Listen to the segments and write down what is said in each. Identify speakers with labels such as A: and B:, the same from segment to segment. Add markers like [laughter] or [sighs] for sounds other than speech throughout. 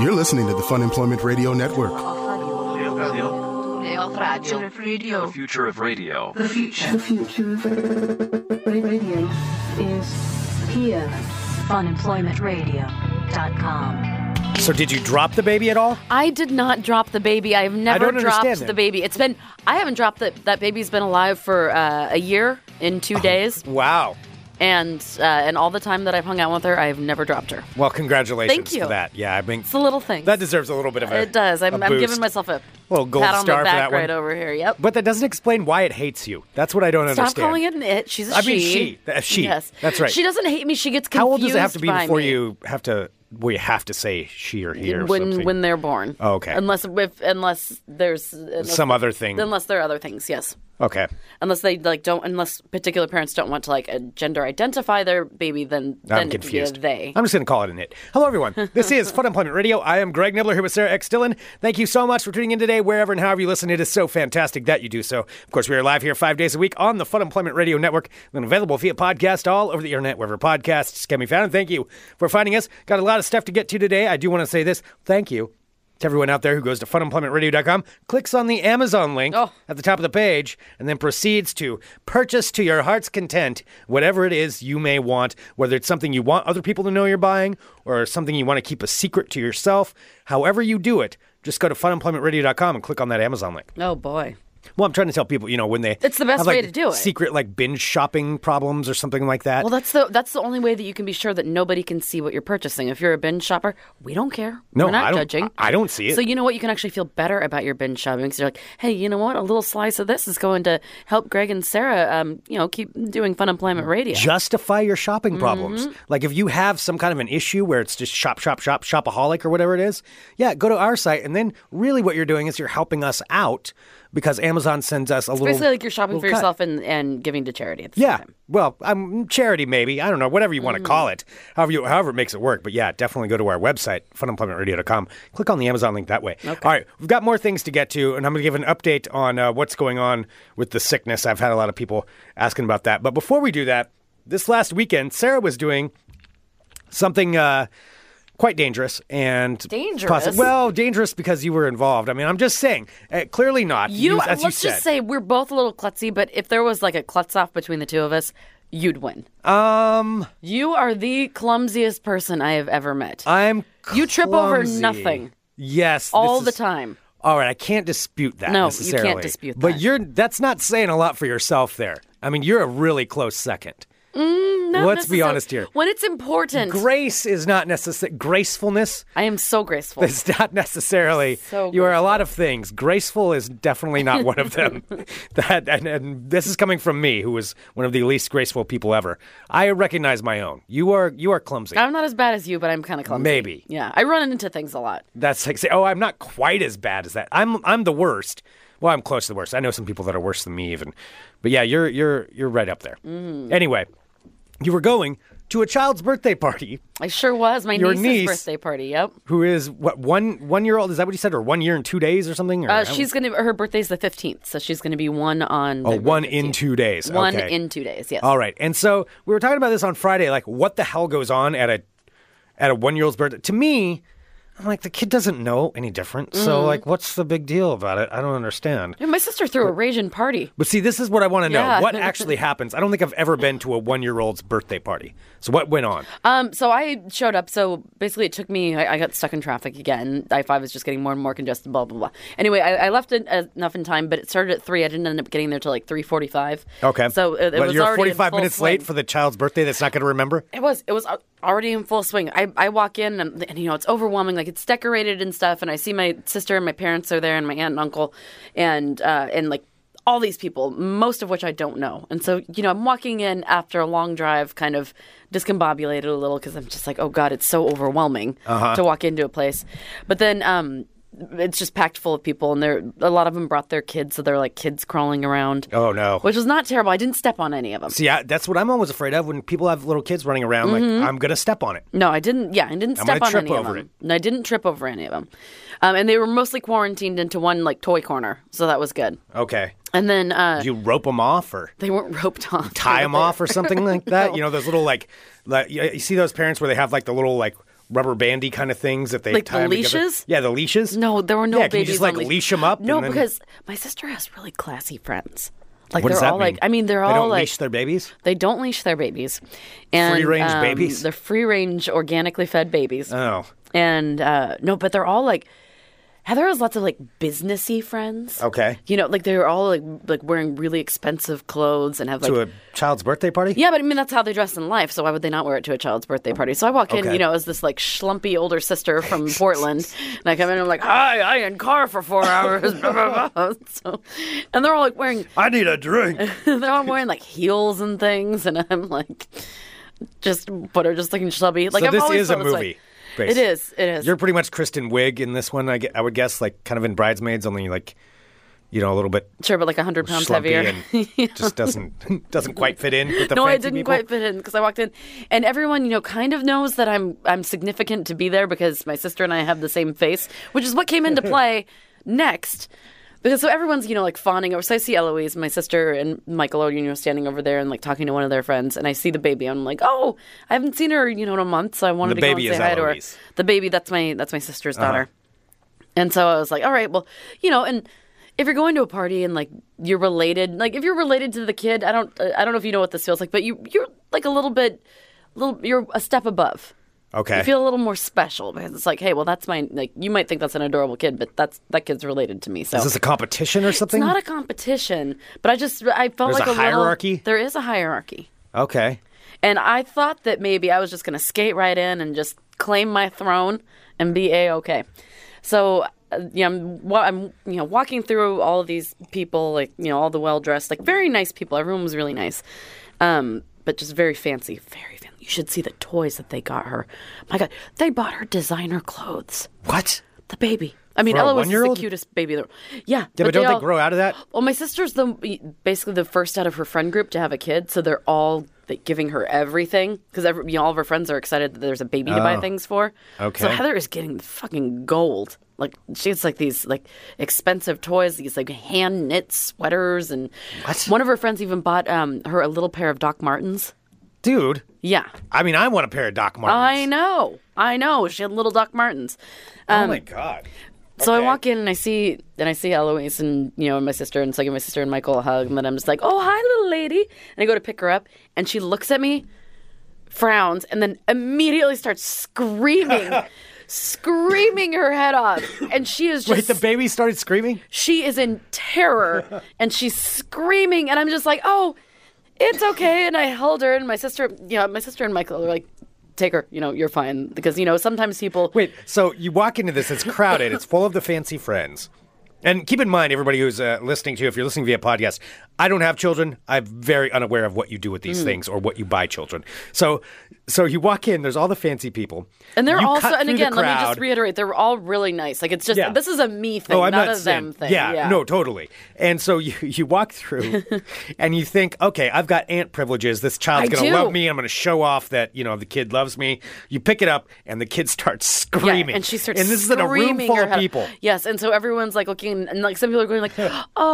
A: You're listening to the Fun Employment Radio Network.
B: The future of radio.
C: The future. The future of radio is here.
D: Funemploymentradio.com.
E: So did you drop the baby at all?
D: I did not drop the baby. I have never
E: don't
D: dropped
E: understand that.
D: the baby. It's been I haven't dropped that. That baby's been alive for uh, a year in
E: Oh.
D: two days,
E: Wow.
D: and uh, and all the time that I've hung out with her, I have never dropped her.
E: Well, congratulations
D: Thank you.
E: for that. Yeah, I mean
D: It's the little thing.
E: that deserves a little bit of a
D: it does. I'm,
E: a
D: I'm
E: boost.
D: giving myself a
E: Little gold
D: pat on
E: star
D: the
E: for
D: back
E: that one.
D: right over here. Yep.
E: But that doesn't explain why it hates you. That's what I don't
D: Stop
E: understand.
D: calling it an it. She's a
E: I
D: she.
E: mean, she. Uh, she.
D: Yes.
E: That's right.
D: She doesn't hate me. She gets confused
E: How old does it have to be
D: by
E: before
D: me.
E: you have to well you have to say she or he or
D: when
E: something?
D: when they're born.
E: Oh, okay.
D: Unless if, unless there's unless,
E: Some other thing.
D: Unless there are other things. Yes.
E: okay.
D: Unless they like don't unless particular parents don't want to like uh, gender identify their baby, then then
E: I'm
D: it could be a
E: confused.
D: they.
E: I'm just going to call it an it. Hello,
D: [laughs]
E: everyone. This is Fun Employment Radio. I am Greg Nibbler here with Sarah X. Dillon. Thank you so much for tuning in today, wherever and however you listen. It is so fantastic that you do so. Of course, we are live here five days a week on the Fun Employment Radio Network and available via podcast all over the internet, wherever podcasts can be found. And thank you for finding us. Got a lot of stuff to get to today. I do want to say this. Thank you to everyone out there who goes to funemploymentradio.com, clicks on the Amazon link
D: Oh.
E: at the top of the page, and then proceeds to purchase to your heart's content whatever it is you may want, whether it's something you want other people to know you're buying or something you want to keep a secret to yourself. However, you do it, just go to funemploymentradio.com and click on that Amazon link.
D: Oh boy.
E: Well, I'm trying to tell people, you know, when they
D: It's the best
E: have, like,
D: way to do it.
E: Secret like binge shopping problems or something like that.
D: Well, that's the that's the only way that you can be sure that nobody can see what you're purchasing. If you're a binge shopper, we don't care.
E: No,
D: We're not
E: I don't-
D: judging.
E: I- I don't see it.
D: So you know what? You can actually feel better about your binge shopping because you're like, hey, you know what? A little slice of this is going to help Greg and Sarah, um, you know, keep doing Fun Employment Radio.
E: justify your shopping problems.
D: Mm-hmm.
E: Like if you have some kind of an issue where it's just shop, shop, shop, shopaholic or whatever it is, yeah, go to our site. And then really what you're doing is you're helping us out because Amazon sends us a little.
D: Basically, like you're shopping for
E: little cut.
D: yourself and, and giving to charity at the
E: Yeah.
D: same time.
E: Well, I'm charity maybe. I don't know, whatever you want
D: Mm.
E: to call it. However you however it makes it work. But yeah, definitely go to our website, funemploymentradio.com. Click on the Amazon link that way. All right. We've got more things to get to, and I'm gonna give an update on uh, what's going on with the sickness. I've had a lot of people asking about that. But before we do that, this last weekend, Sarah was doing something uh, quite dangerous and
D: Dangerous?
E: well, dangerous because you were involved. I mean, I'm just saying. Uh, clearly not.
D: You,
E: as
D: let's
E: you said.
D: just say we're both a little klutzy, but if there was like a klutz off between the two of us, you'd win.
E: um,
D: You are the clumsiest person I have ever met.
E: I'm.
D: You trip over
E: clumsy.
D: nothing.
E: Yes,
D: all
E: this
D: the
E: is-
D: time.
E: All right, I can't dispute that.
D: No, you can't
E: necessarily.
D: dispute
E: But
D: that.
E: you're that's not saying a lot for yourself there. I mean, you're a really close second.
D: Mm, Not
E: Let's be
D: necessar-
E: honest here.
D: When it's important,
E: Grace is not necessary. Gracefulness
D: I am so graceful.
E: is [laughs] not necessarily.
D: So
E: you are a lot of things. Graceful is definitely not one of
D: [laughs]
E: them. that and, and this is coming from me, who is one of the least graceful people ever. I recognize my own. You are you are clumsy.
D: I'm not as bad as you, but I'm kind of clumsy.
E: Maybe.
D: Yeah, I run into things a lot.
E: That's like say, oh, I'm not quite as bad as that. I'm I'm the worst. Well, I'm close to the worst. I know some people that are worse than me even. But yeah, you're you're you're right up there.
D: Mm.
E: Anyway, you were going to a child's birthday party
D: I sure was. My
E: Your
D: niece's
E: niece-
D: birthday party. Yep.
E: who is what one one year old is that what you said or one year and two days or something? Or, I
D: Uh,
E: don't-
D: she's gonna. Her birthday's the 15th, so she's gonna be one on.
E: oh, one in two days.
D: One
E: Okay.
D: in two days. Yes.
E: All right. And so we were talking about this on Friday, like what the hell goes on at a at a one year old's birthday. To me, I'm like the kid doesn't know any different.
D: Mm.
E: So like, what's the big deal about it? I don't understand.
D: My sister threw a raging party.
E: But see, this is what I want to know.
D: Yeah.
E: What actually happens? I don't think I've ever been to a one year old's birthday party. So what went
D: [laughs]
E: on?
D: Um, so I showed up. So basically, it took me. I, I got stuck in traffic again. I five was just getting more and more congested. Blah blah blah. Anyway, I, I left it, uh, enough in time, but it started at three. I didn't end up getting there till like three forty-five.
E: Okay.
D: So uh, it, it
E: but
D: was
E: you're
D: already in
E: 45
D: full
E: minutes
D: swing.
E: late for the child's birthday that's not going to remember?
D: It was. It was al- already in full swing. I, I walk in and, and you know it's overwhelming. Like it's decorated and stuff, and I see my sister and my parents are there, and my aunt and uncle, and uh, and like all these people, most of which I don't know. And so you know I'm walking in after a long drive, kind of discombobulated a little because I'm just like, oh god, it's so overwhelming to walk into a place. But then um, it's just packed full of people, and there a lot of them brought their kids, so they're like kids crawling around.
E: Oh, no.
D: [laughs] Which was not terrible. I didn't step on any of them.
E: See, I, that's what I'm always afraid of when people have little kids running around.
D: Mm-hmm.
E: Like, I'm going to step on it.
D: No, I didn't. Yeah, I didn't
E: I'm gonna
D: step on
E: trip
D: any of
E: over
D: them. No, I didn't trip over any of them, um, and they were mostly quarantined into one like toy corner, so that was good.
E: Okay.
D: And then uh,
E: Do you rope them off or
D: they weren't roped [laughs] off. [laughs]
E: tie them off or something like that? You know, those little, like, like, you you see those parents where they have, like, the little, like, rubber bandy kind of things that they
D: Like the
E: tie 'em together?
D: leashes?
E: Yeah, the leashes.
D: No, there were no
E: Yeah, can you
D: babies.
E: just like
D: on leash.
E: leash 'em up?
D: No,
E: and then-
D: because my sister has really classy friends. Like
E: What
D: they're
E: does that
D: all
E: mean?
D: like I mean they're
E: they
D: all
E: don't
D: like
E: leash their babies.
D: they don't leash their babies, and
E: Free-range
D: um,
E: babies?
D: They're free range, organically fed babies.
E: Oh,
D: and uh, no, but they're all like Heather has lots of like businessy friends.
E: Okay.
D: you know, like they're all like like wearing really expensive clothes and have like
E: to a child's birthday party.
D: yeah, but I mean that's how they dress in life. So why would they not wear it to a child's birthday party? So I walk in,
E: Okay.
D: you know, as this like schlumpy older sister from
E: [laughs]
D: Portland, and I come in, and I'm like, "Hi, I in car for four hours." [laughs] blah, blah, blah. so, and they're all like wearing, [laughs]
E: I need a drink.
D: they're all wearing like heels and things, and I'm like, just but are just looking chubby. Like
E: so
D: I've
E: this
D: always
E: is a
D: felt this way.
E: movie.
D: It
E: based.
D: is. It
E: [laughs]
D: is.
E: You're pretty much Kristen Wiig in this one. I, gue- I would guess, like kind of in Bridesmaids, only like you know a little bit
D: sure, but like hundred pounds
E: slumpy
D: heavier. [laughs]
E: and just doesn't [laughs] doesn't quite fit in with the
D: no, I
E: fancy
D: didn't
E: people.
D: quite fit in because I walked in, and everyone, you know, kind of knows that I'm I'm significant to be there because my sister and I have the same face, which is what came
E: [laughs]
D: into play next. Because so everyone's you know like fawning over. So I see Eloise, my sister, and Michael are you know standing over there and like talking to one of their friends, and I see the baby. and I'm like, oh, I haven't seen her you know in a month, so I wanted
E: The
D: to go
E: baby
D: and
E: is
D: say hi
E: Eloise.
D: to her. The baby, that's my that's my sister's daughter.
E: Uh-huh.
D: And so I was like, all right, well, you know, and if you're going to a party and like you're related, like if you're related to the kid, I don't, I don't know if you know what this feels like, but you, you're like a little bit, little, you're a step above.
E: Okay.
D: You feel a little more special because it's like, hey, well, that's my, like, you might think that's an adorable kid, but that's that kid's related to me. So
E: is this a competition or
D: it's
E: something?
D: not a competition, but I just, I felt
E: There's
D: like
E: a
D: a, little-
E: hierarchy?
D: there is a hierarchy,
E: okay.
D: and I thought that maybe I was just going to skate right in and just claim my throne and be a okay. So uh, yeah, I'm, wa- I'm you know walking through all of these people, like you know all the well dressed, like very nice people. Everyone was really nice, um, but just very fancy, very fancy. You should see the toys that they got her. My God, they bought her designer clothes.
E: What?
D: The baby. I mean,
E: For a
D: Ella was the
E: one-year-old?
D: cutest baby. There. Yeah,
E: Yeah, but, don't they
D: all-
E: grow out of that?
D: well, my sister's the basically the first out of her friend group to have a kid, so they're all like, giving her everything because every, you know, all of her friends are excited that there's a baby to buy things for.
E: Oh. Okay.
D: So Heather is getting fucking gold. Like she gets like these like expensive toys, these like hand knit sweaters, and
E: What?
D: one of her friends even bought um, her a little pair of Doc Martens.
E: Dude,
D: Yeah,
E: I mean, I want a pair of Doc Martens.
D: I know, I know. She had little Doc Martens.
E: oh
D: Um,
E: my god.
D: So I
E: Okay.
D: walk in and I see and I see Eloise and you know and my sister and so I give my sister and Michael a hug and then I'm just like, oh hi little lady, and I go to pick her up and she looks at me, frowns and then immediately
E: [laughs]
D: starts screaming, screaming her head off, and she is just
E: Wait, the baby started screaming.
D: she is in terror and she's screaming and i'm just like oh it's okay and i held her and my sister you know my sister and michael are like take her you know you're fine because you know sometimes people
E: Wait, so you walk into this, it's crowded, it's full of the fancy friends. And keep in mind, everybody who's uh, listening to, if you're listening via podcast, I don't have children. I'm very unaware of what you do with
D: Mm.
E: these things or what you buy children. So, so you walk in, there's all the fancy people,
D: and they're
E: You
D: also
E: cut
D: and
E: through the
D: again let me
E: crowd.
D: just reiterate they're all really nice like it's just
E: Yeah.
D: this is a me thing
E: Oh, I'm
D: not,
E: not,
D: a
E: saying-
D: them thing
E: Yeah, no, totally. And so you [laughs] you walk
D: [laughs]
E: through, and you think, okay, I've got aunt privileges. This child's
D: I
E: going to
D: do.
E: love me. I'm going to show off that you know the kid loves me. You pick it up, and the kid [laughs] starts screaming.
D: Yeah, and she starts
E: And this is in
D: screaming
E: a room full
D: her
E: of
D: head off.
E: people.
D: Yes, and so everyone's like looking, and like some people are
E: [laughs]
D: going like,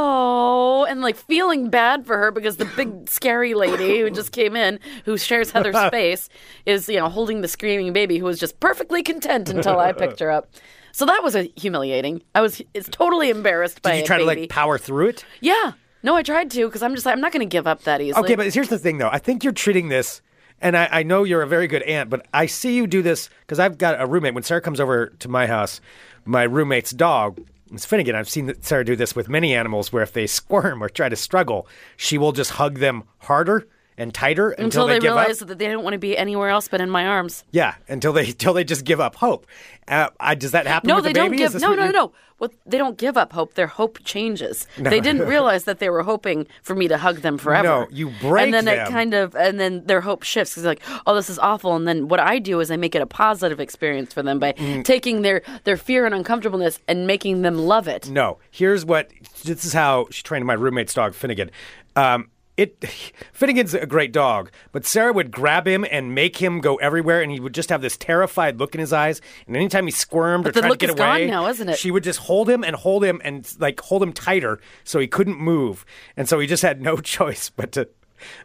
D: "Oh," and like feeling bad for her because the big scary lady who just came in, who shares
E: [laughs]
D: Heather's space, is you know holding the screaming baby who was just perfectly content until I picked her up. So that was a humiliating. I was it's totally embarrassed by
E: Did you
D: a
E: try to
D: baby.
E: like power through it?
D: yeah. No, I tried to because I'm just like I'm not going to give up that easily.
E: Okay, but here's the thing, though. I think you're treating this, and I, I know you're a very good aunt, but I see you do this because I've got a roommate. When Sarah comes over to my house, my roommate's dog, it's Finnegan. I've seen that Sarah do this with many animals where if they [laughs] squirm or try to struggle, she will just hug them harder and tighter until,
D: until they,
E: give
D: realized
E: up.
D: that they didn't want to be anywhere else but in my arms.
E: Yeah, until they [laughs] until they just give up hope. Uh, I, does that happen?
D: No,
E: with
D: they
E: the
D: don't
E: baby? Is
D: give.
E: this
D: No,
E: what
D: no,
E: you-
D: no. Well, they don't give up hope. Their hope changes.
E: [laughs]
D: They didn't realize that they were hoping for me to hug them forever.
E: No, you break
D: And then
E: them.
D: it kind of, and then their hope shifts because like, oh, this is awful. And then what I do is I make it a positive experience for them by
E: Mm.
D: taking their their fear and uncomfortableness and making them love it.
E: No, here's what this is how she trained my roommate's dog Finnegan. Um, it [laughs] Finnegan's a great dog, but Sarah would grab him and make him go everywhere, and he would just have this terrified look in his eyes. And anytime he squirmed or
D: the
E: tried
D: look
E: to get
D: is gone
E: away,
D: now, isn't it?
E: She would just hold him and hold him and like hold him [laughs] tighter so he couldn't move, and so he just had no choice but to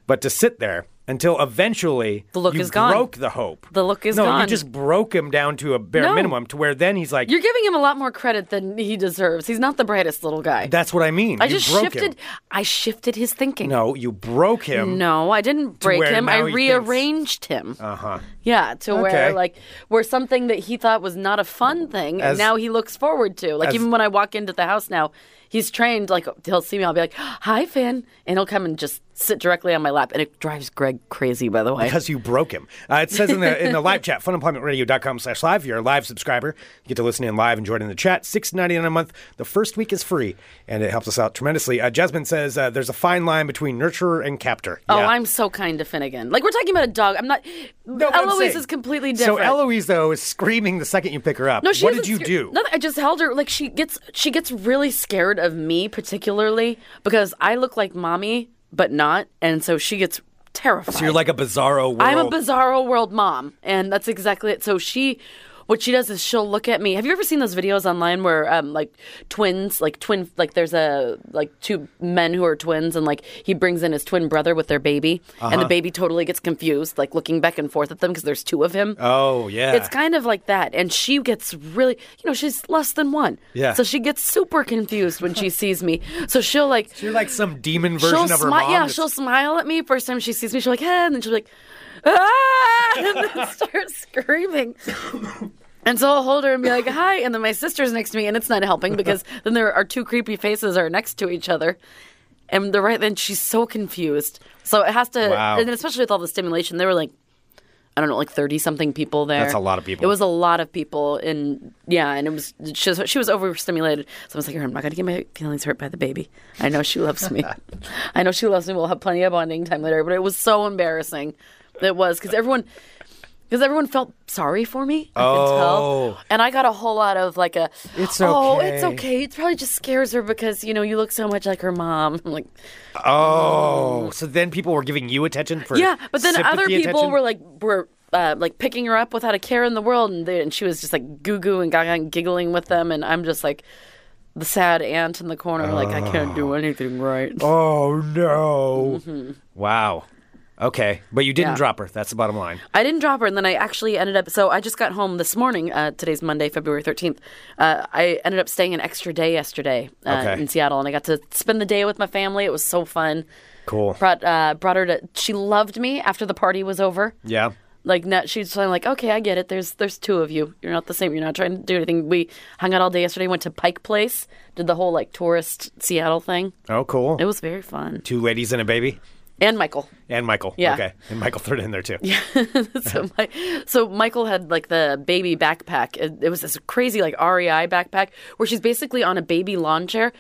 E: but to sit there. until eventually
D: The look
E: you
D: is gone.
E: broke the hope.
D: The look is
E: no, you
D: gone.
E: just broke him down to a bare
D: No.
E: minimum to where then he's like,
D: You're giving him a lot more credit than he deserves. He's not the brightest little guy.
E: that's what I mean.
D: I
E: You
D: just
E: broke
D: shifted.
E: Him.
D: I shifted his thinking.
E: No, you broke him.
D: No, I didn't break
E: where
D: him. I
E: now he Uh-huh.
D: rearranged him. Uh huh. Yeah, to
E: Okay.
D: where like where something that he thought was not a fun thing,
E: As-
D: and now he looks forward to. Like
E: as-
D: even when I walk into the house now, he's trained. Like he'll see me, I'll be like, [gasps] "Hi, Finn," and he'll come and just sit directly on my lap, and it drives Greg crazy. By the way,
E: because you broke him. Uh, it says in the
D: [laughs]
E: in the live chat, funemploymentradio.com slash live. You're a live subscriber. You get to listen in live and join in the chat. Six ninety nine a month. The first week is free, and it helps us out tremendously. Uh, Jasmine says uh, there's a fine line between nurturer and captor.
D: Oh,
E: Yeah.
D: I'm so kind to Finnegan. Like we're talking about a dog. I'm not.
E: No, but I'm
D: Eloise
E: saying-
D: is completely different.
E: So Eloise though is screaming the second you pick her up.
D: No, she
E: what
D: doesn't
E: did you
D: sca-
E: do?
D: Nothing. I just held her. Like she gets, she gets really scared of me, particularly because I look like mommy, but not, and so she gets terrified.
E: You're like a bizarro world.
D: I'm a bizarro world mom, and that's exactly it. So she, what she does is she'll look at me. Have you ever seen those videos online where um like twins, like twin, like there's a like two men who are twins, and like he brings in his twin brother with their baby,
E: Uh-huh.
D: and the baby totally gets confused, like looking back and forth at them because there's two of him.
E: Oh yeah.
D: It's kind of like that. And she gets really, you know, she's less than one.
E: Yeah.
D: So she gets super confused when she sees me. So she'll like,
E: You're like some demon version
D: she'll
E: of her
D: smi-
E: mom.
D: Yeah,
E: that's-
D: she'll smile at me first time she sees me. She'll like, eh, and then she'll be like, ah, [laughs] and then start screaming. And so I'll hold her and be like, hi. And then my sister's next to me, and it's not
E: [laughs]
D: helping because then there are two creepy faces are next to each other. And the right then she's so confused. So it has to,
E: Wow.
D: and especially with all the stimulation, they were like, I don't know, like thirty something people there.
E: That's a lot of people.
D: It was a lot of people, and yeah, and it was she was, she was overstimulated. So I was like, I'm not gonna get my feelings hurt by the baby. I know she loves
E: [laughs]
D: me. [laughs] I know she loves me. We'll have plenty of bonding time later. But it was so embarrassing. It was because everyone. Because everyone felt sorry for me, I could
E: Oh.
D: tell, and I got a whole lot of like a,
E: It's
D: oh, it's
E: okay."
D: okay. It probably just scares her because you know you look so much like her mom. [laughs] I'm like,
E: Oh, so then people were giving you attention for
D: yeah, but then other
E: sympathy
D: people
E: attention?
D: were like were uh, like picking her up without a care in the world, and, they, and she was just like goo goo and gaga and giggling with them, and I'm just like the sad aunt in the corner, like I can't do anything right.
E: Ah. Oh no! Mm-hmm. Wow. Okay, but you didn't
D: Yeah.
E: drop her. That's the bottom line.
D: I didn't drop her, and then I actually ended up. So I just got home this morning. Uh, today's Monday, February thirteenth. Uh, I ended up staying an extra day yesterday uh,
E: Okay.
D: in Seattle, and I got to spend the day with my family. It was so fun.
E: Cool.
D: Brought uh, brought her to. She loved me after the party was over.
E: Yeah.
D: Like now, she's finally like, okay, I get it. There's there's two of you. You're not the same. You're not trying to do anything. We hung out all day yesterday. Went to Pike Place. Did the whole like tourist Seattle thing.
E: Oh, cool.
D: It was very fun.
E: Two ladies and a baby,
D: And Michael.
E: and Michael.
D: Yeah.
E: Okay, and Michael threw it in there too.
D: so my, so Michael had like the baby backpack. It, it was this crazy like REI backpack where she's basically on a baby lawn chair.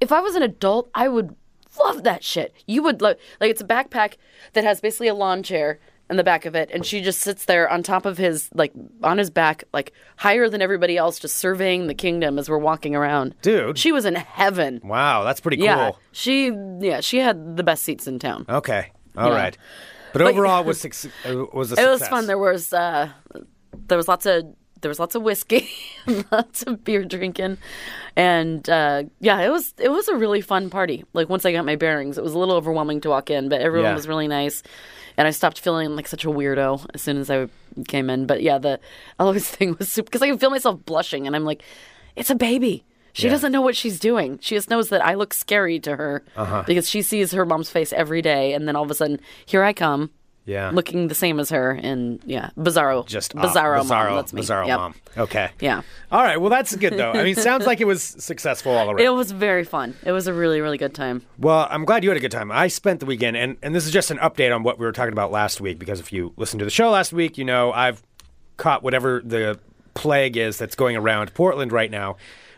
D: If I was an adult, I would love that shit. You would love like it's a backpack that has basically a lawn chair in the back of it and she just sits there on top of his like on his back like higher than everybody else just surveying the kingdom as we're walking around.
E: Dude.
D: She was in heaven.
E: Wow, that's pretty cool.
D: Yeah. She yeah, she had the best seats in town.
E: Okay. all right.
D: Yeah.
E: But overall,
D: [laughs]
E: it was suc- uh, was a
D: It
E: success.
D: was fun. There was uh, there was lots of there was lots of whiskey, [laughs] lots of beer drinking, and uh, yeah, it was it was a really fun party. Like once I got my bearings, it was a little overwhelming to walk in, but everyone
E: Yeah.
D: was really nice, and I stopped feeling like such a weirdo as soon as I came in. But yeah, the [laughs] Eloise thing was super because I could feel myself blushing, and I'm like, it's a baby. She
E: Yeah.
D: doesn't know what she's doing. She just knows that I look scary to her
E: Uh-huh.
D: because she sees her mom's face every day, and then all of a sudden, here I come
E: Yeah.
D: looking the same as her and yeah bizarro
E: Just uh,
D: bizarro,
E: bizarro
D: mom that's me
E: bizarro
D: Yep.
E: mom. Okay.
D: yeah
E: All right. Well, that's good though. I mean, sounds like it was successful
D: [laughs]
E: all around.
D: it was very fun it was a really really good time
E: Well, I'm glad you had a good time. I spent the weekend, and, and this is just an update on what we were talking about last week, because if you listened to the show last week, you know I've caught whatever the plague is that's going around Portland right now.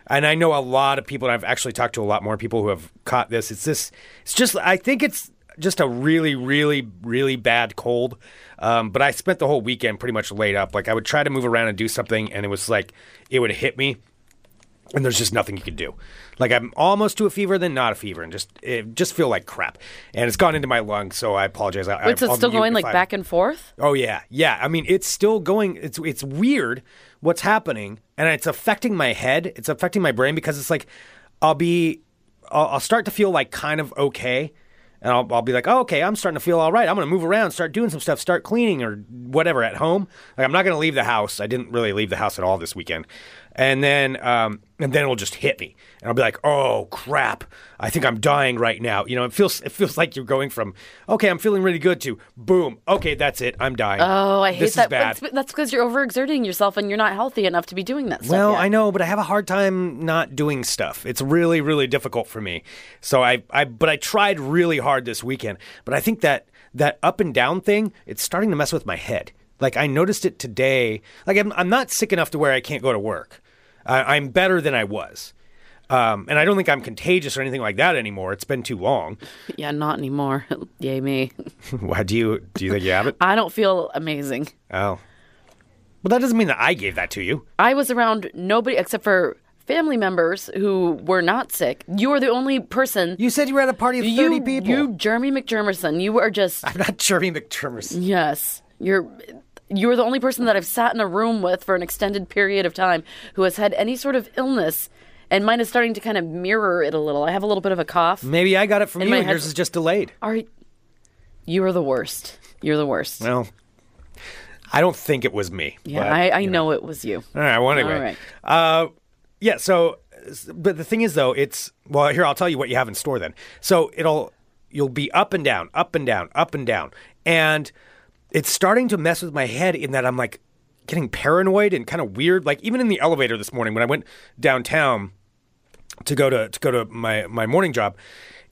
E: And I know a lot of people, and I've actually talked to a lot more people who have caught this. It's this, it's just, I think it's just a really, really, really bad cold. Um, but I spent the whole weekend pretty much laid up. Like I would try to move around and do something, and it was like, it would hit me and there's just nothing you can do. Like I'm almost to a fever, then not a fever, and just it just feel like crap. And it's gone into my lungs, so I apologize. I,
D: Wait, so it's still going like back and forth
E: Oh yeah, yeah. I mean, it's still going. It's it's weird what's happening, and it's affecting my head. It's affecting my brain because it's like I'll be, I'll, I'll start to feel like kind of okay, and I'll, I'll be like, oh, okay, I'm starting to feel all right. I'm going to move around, start doing some stuff, start cleaning or whatever at home. Like I'm not going to leave the house. I didn't really leave the house at all this weekend. And then, um, and then it'll just hit me, and I'll be like, oh crap, I think I'm dying right now. You know, it feels it feels like you're going from okay, I'm feeling really good to boom, okay, that's it, I'm dying.
D: Oh, I hate
E: this
D: that.
E: is bad.
D: That's- That's because you're overexerting yourself and you're not healthy enough to be doing that stuff.
E: Well,
D: yet.
E: I know, but I have a hard time not doing stuff. It's really, really difficult for me. So I, I, but I tried really hard this weekend. But I think that that up and down thing, it's starting to mess with my head. Like I noticed it today. Like I'm, I'm not sick enough to where I can't go to work. I, I'm better than I was. Um, and I don't think I'm contagious or anything like that anymore. It's been too long. [laughs]
D: Yeah, not anymore. [laughs] Yay me.
E: Why do you do you think you have it?
D: I don't feel amazing.
E: Oh, well, that doesn't mean that I gave that to you.
D: I was around nobody except for family members who were not sick. You are the only person.
E: You said you were at a party of thirty
D: you,
E: people.
D: you Jeremy McJermerson. You are
E: [laughs]
D: just
E: I'm not Jeremy McTermerson.
D: yes. You're you are the only person that I've sat in a room with for an extended period of time who has had any sort of illness, and mine is starting to kind of mirror it a little. I have a little bit of a cough.
E: Maybe I got it from
D: In
E: you,
D: my
E: and
D: head-
E: yours is just delayed.
D: Are you are the worst. You're the worst.
E: Well, I don't think it was me.
D: yeah,
E: but-
D: I, I know it was you.
E: All right. Well, anyway. Uh, yeah. So, s- but the thing is, though, it's well. Here, I'll tell you what you have in store. Then, so it'll you'll be up and down, up and down, up and down, and it's starting to mess with my head in that I'm like getting paranoid and kind of weird. Like even in the elevator this morning when I went downtown to go to to go to my my morning job,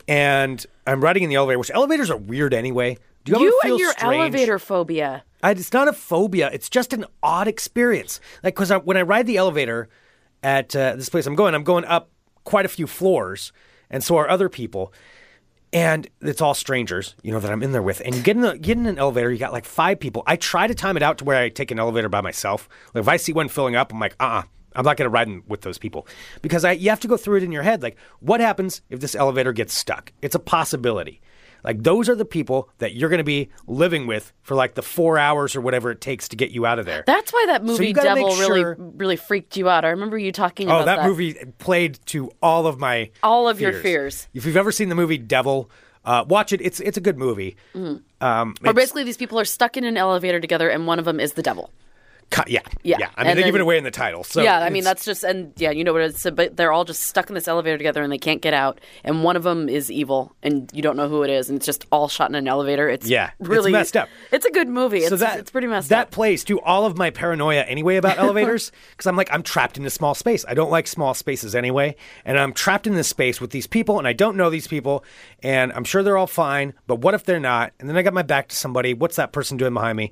E: and I'm riding in the elevator, which elevators are weird anyway. Do you, ever
D: You
E: feel
D: and your
E: strange?
D: elevator phobia.
E: I, it's not a phobia. It's just an odd experience. Like because when I ride the elevator at uh, this place I'm going, I'm going up quite a few floors, and so are other people. And it's all strangers, you know, that I'm in there with. And you get in, the, get in an elevator, you got like five people. I try to time it out to where I take an elevator by myself. Like if I see one filling up, I'm like, uh uh-uh, uh, i am not going to ride in with those people. Because I, you have to go through it in your head. Like, what happens if this elevator gets stuck? It's a possibility. Like those are the people that you're going to be living with for like the four hours or whatever it takes to get you out of there.
D: That's why that movie
E: gotta
D: Devil
E: make
D: really
E: sure-
D: really freaked you out. I remember you talking
E: oh,
D: about
E: that,
D: that.
E: movie played to all of my
D: All of your fears.
E: If you've ever seen the movie Devil, uh, watch it. It's it's a good movie. Um,
D: Mm-hmm.
E: it's-
D: Or basically, these people are stuck in an elevator together, and one of them is the devil.
E: Ca- yeah,
D: Yeah,
E: yeah. I mean,
D: and
E: they give
D: then-
E: it away in the title. So
D: yeah, I mean
E: it's-
D: that's just and yeah, you know what it's but they're all just stuck in this elevator together and they can't get out, and one of them is evil, and you don't know who it is, and it's just all shot in an elevator. It's
E: Yeah, it's
D: really
E: messed up.
D: It's a good movie. It's,
E: so that
D: it's pretty messed
E: that
D: up.
E: plays to all of my paranoia anyway
D: [laughs]
E: about elevators because I'm like I'm trapped in a small space. I don't like small spaces anyway, and I'm trapped in this space with these people, and I don't know these people, and I'm sure they're all fine. But what if they're not? And then I got my back to somebody. What's that person doing behind me?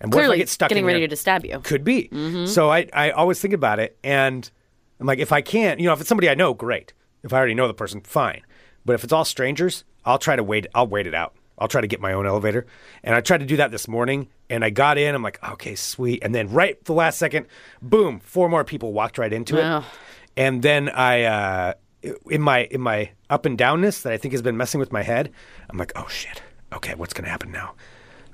E: And what if I
D: Clearly,
E: get stuck
D: getting
E: in
D: ready
E: there?
D: to stab you.
E: Could be.
D: Mm-hmm.
E: So I I always think about it, and I'm like, if I can't, you know, if it's somebody I know, great. If I already know the person, fine. But if it's all strangers, I'll try to wait. I'll wait it out. I'll try to get my own elevator. And I tried to do that this morning, and I got in. I'm like, okay, sweet. And then right at the last second, boom, four more people walked right into
D: Wow.
E: it. And then I, uh, in my in my up and downness that I think has been messing with my head, I'm like, oh shit. Okay, what's gonna happen now?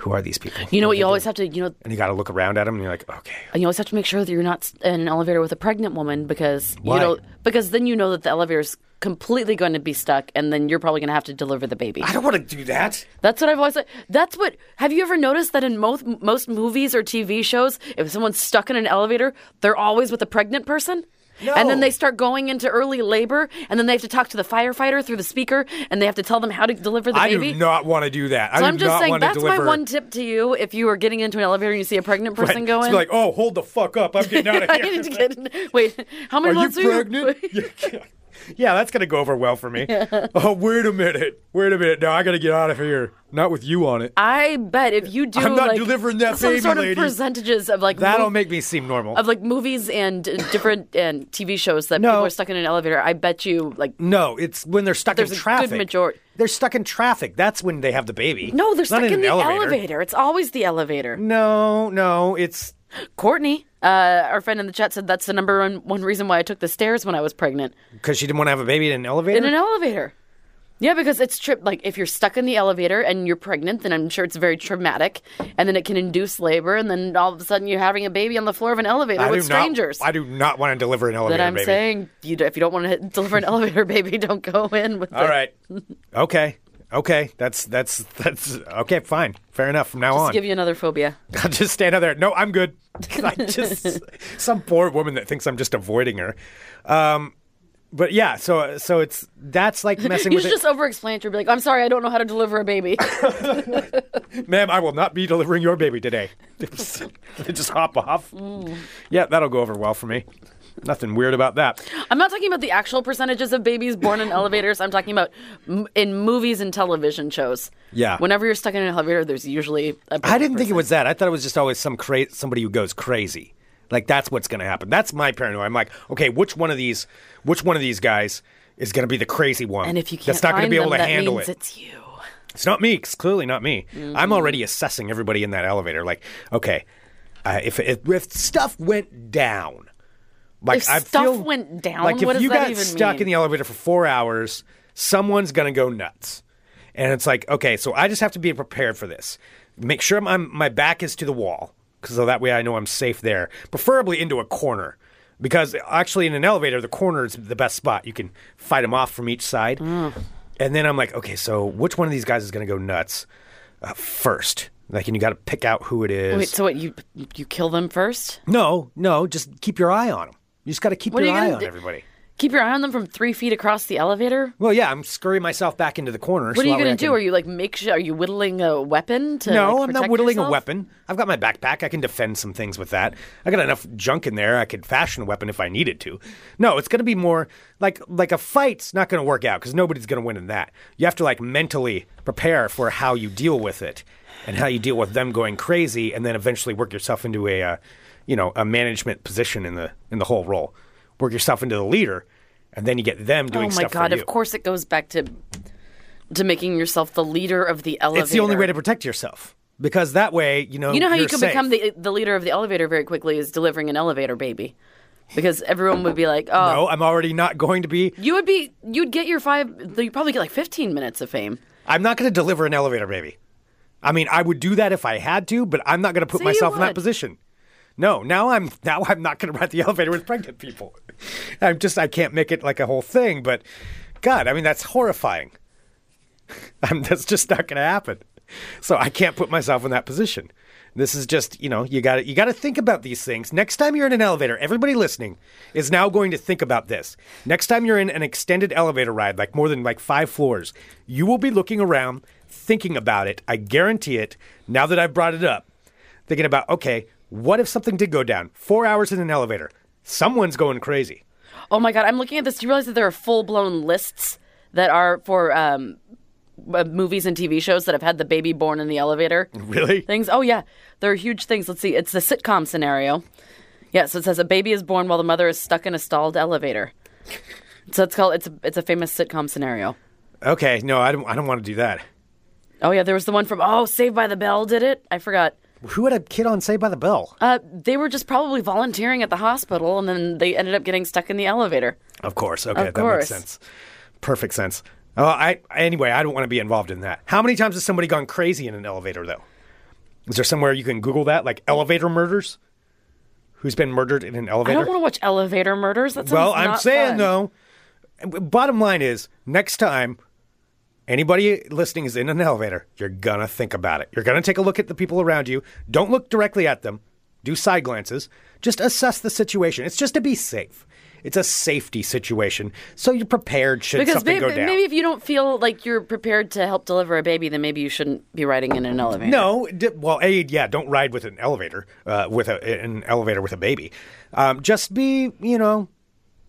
E: Who are these people?
D: You
E: are
D: know what?
E: they
D: You always
E: doing?
D: have to you know
E: And you got to look around at them, and you're like, okay,
D: you always have to make sure that you're not s- in an elevator with a pregnant woman because
E: Why?
D: you know because then you know that the elevator's completely going to be stuck and then you're probably going to have to deliver the baby.
E: I don't want to do that.
D: That's what I've always said. That's what Have you ever noticed that in most most movies or TV shows if someone's stuck in an elevator, they're always with a pregnant person? And then
E: No.
D: they start going into early labor, and then they have to talk to the firefighter through the speaker, and they have to tell them how to deliver the
E: I
D: baby.
E: do not want to do that. I
D: so
E: do
D: I'm just
E: not
D: saying
E: want to
D: that's
E: deliver.
D: my one tip to you if you are getting into an elevator and you see a pregnant
E: Right.
D: person go
E: Just
D: in.
E: be like, oh, hold the fuck up! I'm getting
D: [laughs]
E: out of
D: I
E: here.
D: need to get in- Wait, how many
E: [laughs] Are you
D: months
E: pregnant? yeah, [laughs] Yeah, that's gonna go over well for me. oh, wait a minute, wait a minute. No, I gotta get out of here. Not with you on it.
D: [laughs] I bet if you do
E: I'm not
D: like,
E: delivering that
D: some
E: baby,
D: sort of
E: lady.
D: percentages of like
E: That'll
D: mov-
E: make me seem normal.
D: of like movies and uh, different and TV shows that
E: No.
D: people are stuck in an elevator. I bet you like
E: no, it's when they're stuck
D: There's a
E: in
D: good
E: traffic.
D: majority-
E: They're stuck in traffic. That's when they have the baby.
D: no, they're
E: Not
D: stuck
E: in,
D: in,
E: an
D: the
E: elevator.
D: elevator. It's always the elevator.
E: No, no, it's
D: Courtney, uh, our friend in the chat said that's the number one, one reason why I took the stairs when I was pregnant
E: because she didn't want to have a baby in an elevator.
D: in an elevator. Yeah, because it's trip like if you're stuck in the elevator and you're pregnant, then I'm sure it's very traumatic, and then it can induce labor, and then all of a sudden you're having a baby on the floor of an elevator
E: I
D: with
E: do not-
D: strangers.
E: I do not want to deliver an elevator
D: that I'm
E: baby.
D: [laughs] saying, you, d- if you don't want to deliver an elevator baby, don't go in with
E: All
D: it.
E: right. [laughs] okay. Okay, that's that's that's okay. Fine, fair enough. From now
D: Just
E: on,
D: give you another phobia.
E: [laughs] I'll just stand out there. No, I'm good. [laughs] I
D: [laughs]
E: just some poor woman that thinks I'm just avoiding her. Um, but yeah, so so it's that's
D: [laughs]
E: like messing
D: You
E: with
D: should
E: it,
D: just over explain it to her. Be like, I'm sorry, I don't know how to deliver
E: [laughs]
D: a baby.
E: ma'am. I will not be delivering your baby today. [laughs] just hop off.
D: Mm.
E: Yeah, that'll go over well for me. Nothing weird about that.
D: I'm not talking about the actual percentages of babies born in elevators. I'm talking about m- in movies and television shows.
E: Yeah.
D: Whenever you're stuck in an elevator, there's usually. A
E: I didn't think it was that. I thought it was just always some cra- somebody who goes crazy. Like that's what's going to happen. That's my paranoia. I'm like, okay, which one of these, which one of these guys is going to be the crazy one?
D: And if you can't
E: that's not gonna
D: find
E: be able
D: them,
E: to
D: that
E: handle
D: means Mm-hmm.
E: it.
D: it's you.
E: It's not me. It's clearly not me. I'm already assessing everybody in that elevator. Like, okay, uh, if, if if stuff went down, like
D: If
E: I
D: stuff
E: feel-
D: went down,
E: like
D: what
E: if
D: does
E: you
D: that
E: got
D: even
E: stuck
D: mean?
E: in the elevator for four hours, someone's gonna go nuts. And it's like, okay, so I just have to be prepared for this. Make sure my my back is to the wall, because so that way I know I'm safe there, preferably into a corner. Because actually, in an elevator, the corner is the best spot. You can fight them off from each side.
D: Mm.
E: And then I'm like, okay, so which one of these guys is going to go nuts uh, first? Like, and you got to pick out who it is.
D: Wait, so what? You you kill them first?
E: no, no, just keep your eye on them. You just got to keep
D: What are
E: your
D: you
E: eye
D: gonna
E: on
D: do?
E: everybody.
D: Keep your eye on them from three feet across the elevator.
E: Well, yeah, I'm scurrying myself back into the corner.
D: What are you
E: going to
D: do? Are you like make sure? Are you whittling a weapon to?
E: No,
D: like,
E: I'm not
D: protect
E: whittling a
D: yourself?
E: weapon. I've got my backpack. I can defend some things with that. I got enough junk in there. I could fashion a weapon if I needed to. No, it's going to be more like like a fight's not going to work out because nobody's going to win in that. You have to like mentally prepare for how you deal with it and how you deal with them going crazy, and then eventually work yourself into a uh, you know a management position in the in the whole role. Work yourself into the leader, and then you get them doing
D: Oh my
E: stuff for
D: god!
E: you.
D: Of course, it goes back to to making yourself the leader of the elevator.
E: it's the only way to protect yourself because that way you know
D: You know how you
E: you're
D: can
E: safe.
D: become the the leader of the elevator very quickly is delivering an elevator baby, because everyone would be like, "Oh,
E: No, I'm already not going to be.
D: you would be, you'd get your five, you'd probably get like fifteen minutes of fame."
E: I'm not going to deliver an elevator baby. I mean, I would do that if I had to, but I'm not going to put
D: See, you
E: myself in that
D: would.
E: position. No, now I'm now I'm not going to ride the [laughs] elevator with pregnant people. I'm just I can't make it like a whole thing. But God, I mean that's horrifying. [laughs] I'm, that's just not going to happen. So I can't put myself in that position. This is just you know you got to you got to think about these things. Next time you're in an elevator, everybody listening is now going to think about this. Next time you're in an extended elevator ride, like more than like five floors, you will be looking around, thinking about it. I guarantee it. Now that I've brought it up, thinking about okay, what if something did go down? Four hours in an elevator, someone's going crazy.
D: Oh my god, I'm looking at this. Do you realize that there are full blown lists that are for um, uh, movies and TV shows that have had the baby born in the elevator?
E: Really?
D: things. Oh yeah, there are huge things. Let's see. It's the sitcom scenario. Yeah, so it says a baby is born while the mother is stuck in a stalled elevator. So it's called it's a, it's a famous sitcom scenario.
E: Okay, no, I don't. I don't want to do that.
D: Oh yeah, there was the one from Oh Saved by the Bell did it. I forgot.
E: Who had a kid on Saved by the Bell?
D: Uh, they were just probably volunteering at the hospital, and then they ended up getting stuck in the elevator.
E: Of course. Okay, that
D: course.
E: makes sense. Perfect sense. Oh, I anyway, I don't want to be involved in that. How many times has somebody gone crazy in an elevator though? Is there somewhere you can Google that, like elevator murders? Who's been murdered in an
D: I
E: elevator?
D: don't want to watch elevator murders. That sounds
E: well, I'm
D: not
E: saying
D: fun.
E: though. b- Bottom line is, next time anybody listening is in an elevator, you're gonna think about it. You're gonna take a look at the people around you. Don't look directly at them. Do side glances. Just assess the situation. It's just to be safe. It's a safety situation, so you're prepared should
D: Because
E: something
D: maybe,
E: go down.
D: maybe if you don't feel like you're prepared to help deliver a baby, then maybe you shouldn't be riding in an elevator.
E: No, d- well, a yeah, don't ride with an elevator uh, with a, an elevator with a baby. Um, just be, you know,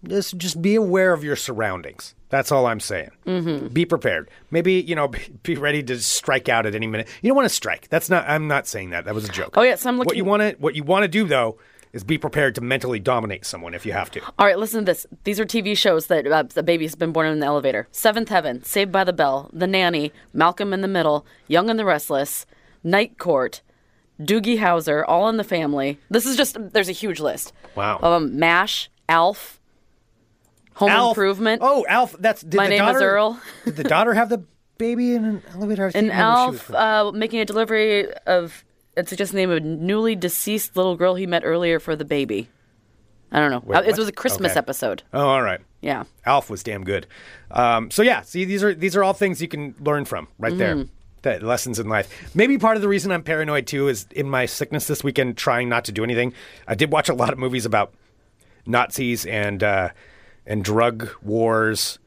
E: just just be aware of your surroundings. That's all I'm saying. Mm-hmm. Be prepared. Maybe you know, [laughs] be, be ready to strike out at any minute. You don't want to strike. That's not. I'm not saying that. That was a joke.
D: Oh, yeah, so I'm
E: What you
D: looking-
E: want to what you want to do though is be prepared to mentally dominate someone if you have to.
D: All right, listen to this. These are TV shows that uh, the baby's been born in the elevator. Seventh Heaven, Saved by the Bell, The Nanny, Malcolm in the Middle, Young and the Restless, Night Court, Doogie Howser, All in the Family. This is just there's a huge list.
E: Wow.
D: Um, Mash, Alf, Home
E: Alf-
D: Improvement.
E: Oh, Alf. That's did
D: My
E: the
D: name is
E: daughter,
D: Earl.
E: did the daughter have the baby in an
D: [laughs]
E: elevator? I
D: and
E: think remember she was
D: Alf uh, making a delivery of it's just the name of a newly deceased little girl he met earlier for the baby. I don't know.
E: Wait,
D: Uh, it
E: what?
D: was a Christmas
E: Okay.
D: episode.
E: Oh, all right.
D: Yeah.
E: Alf was damn good. Um, so yeah, see, these are these are all things you can learn from right there. That lessons in life. Maybe part of the reason I'm paranoid too is in my sickness this weekend, trying not to do anything. I did watch a lot of movies about Nazis and uh, and drug wars,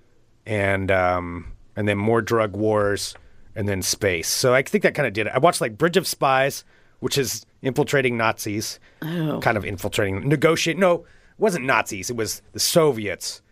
E: and um, and then more drug wars, and then space. So I think that kind of did it. I watched like Bridge of Spies, which is infiltrating Nazis, kind of infiltrating, negotiate. No, it wasn't Nazis. It was the Soviets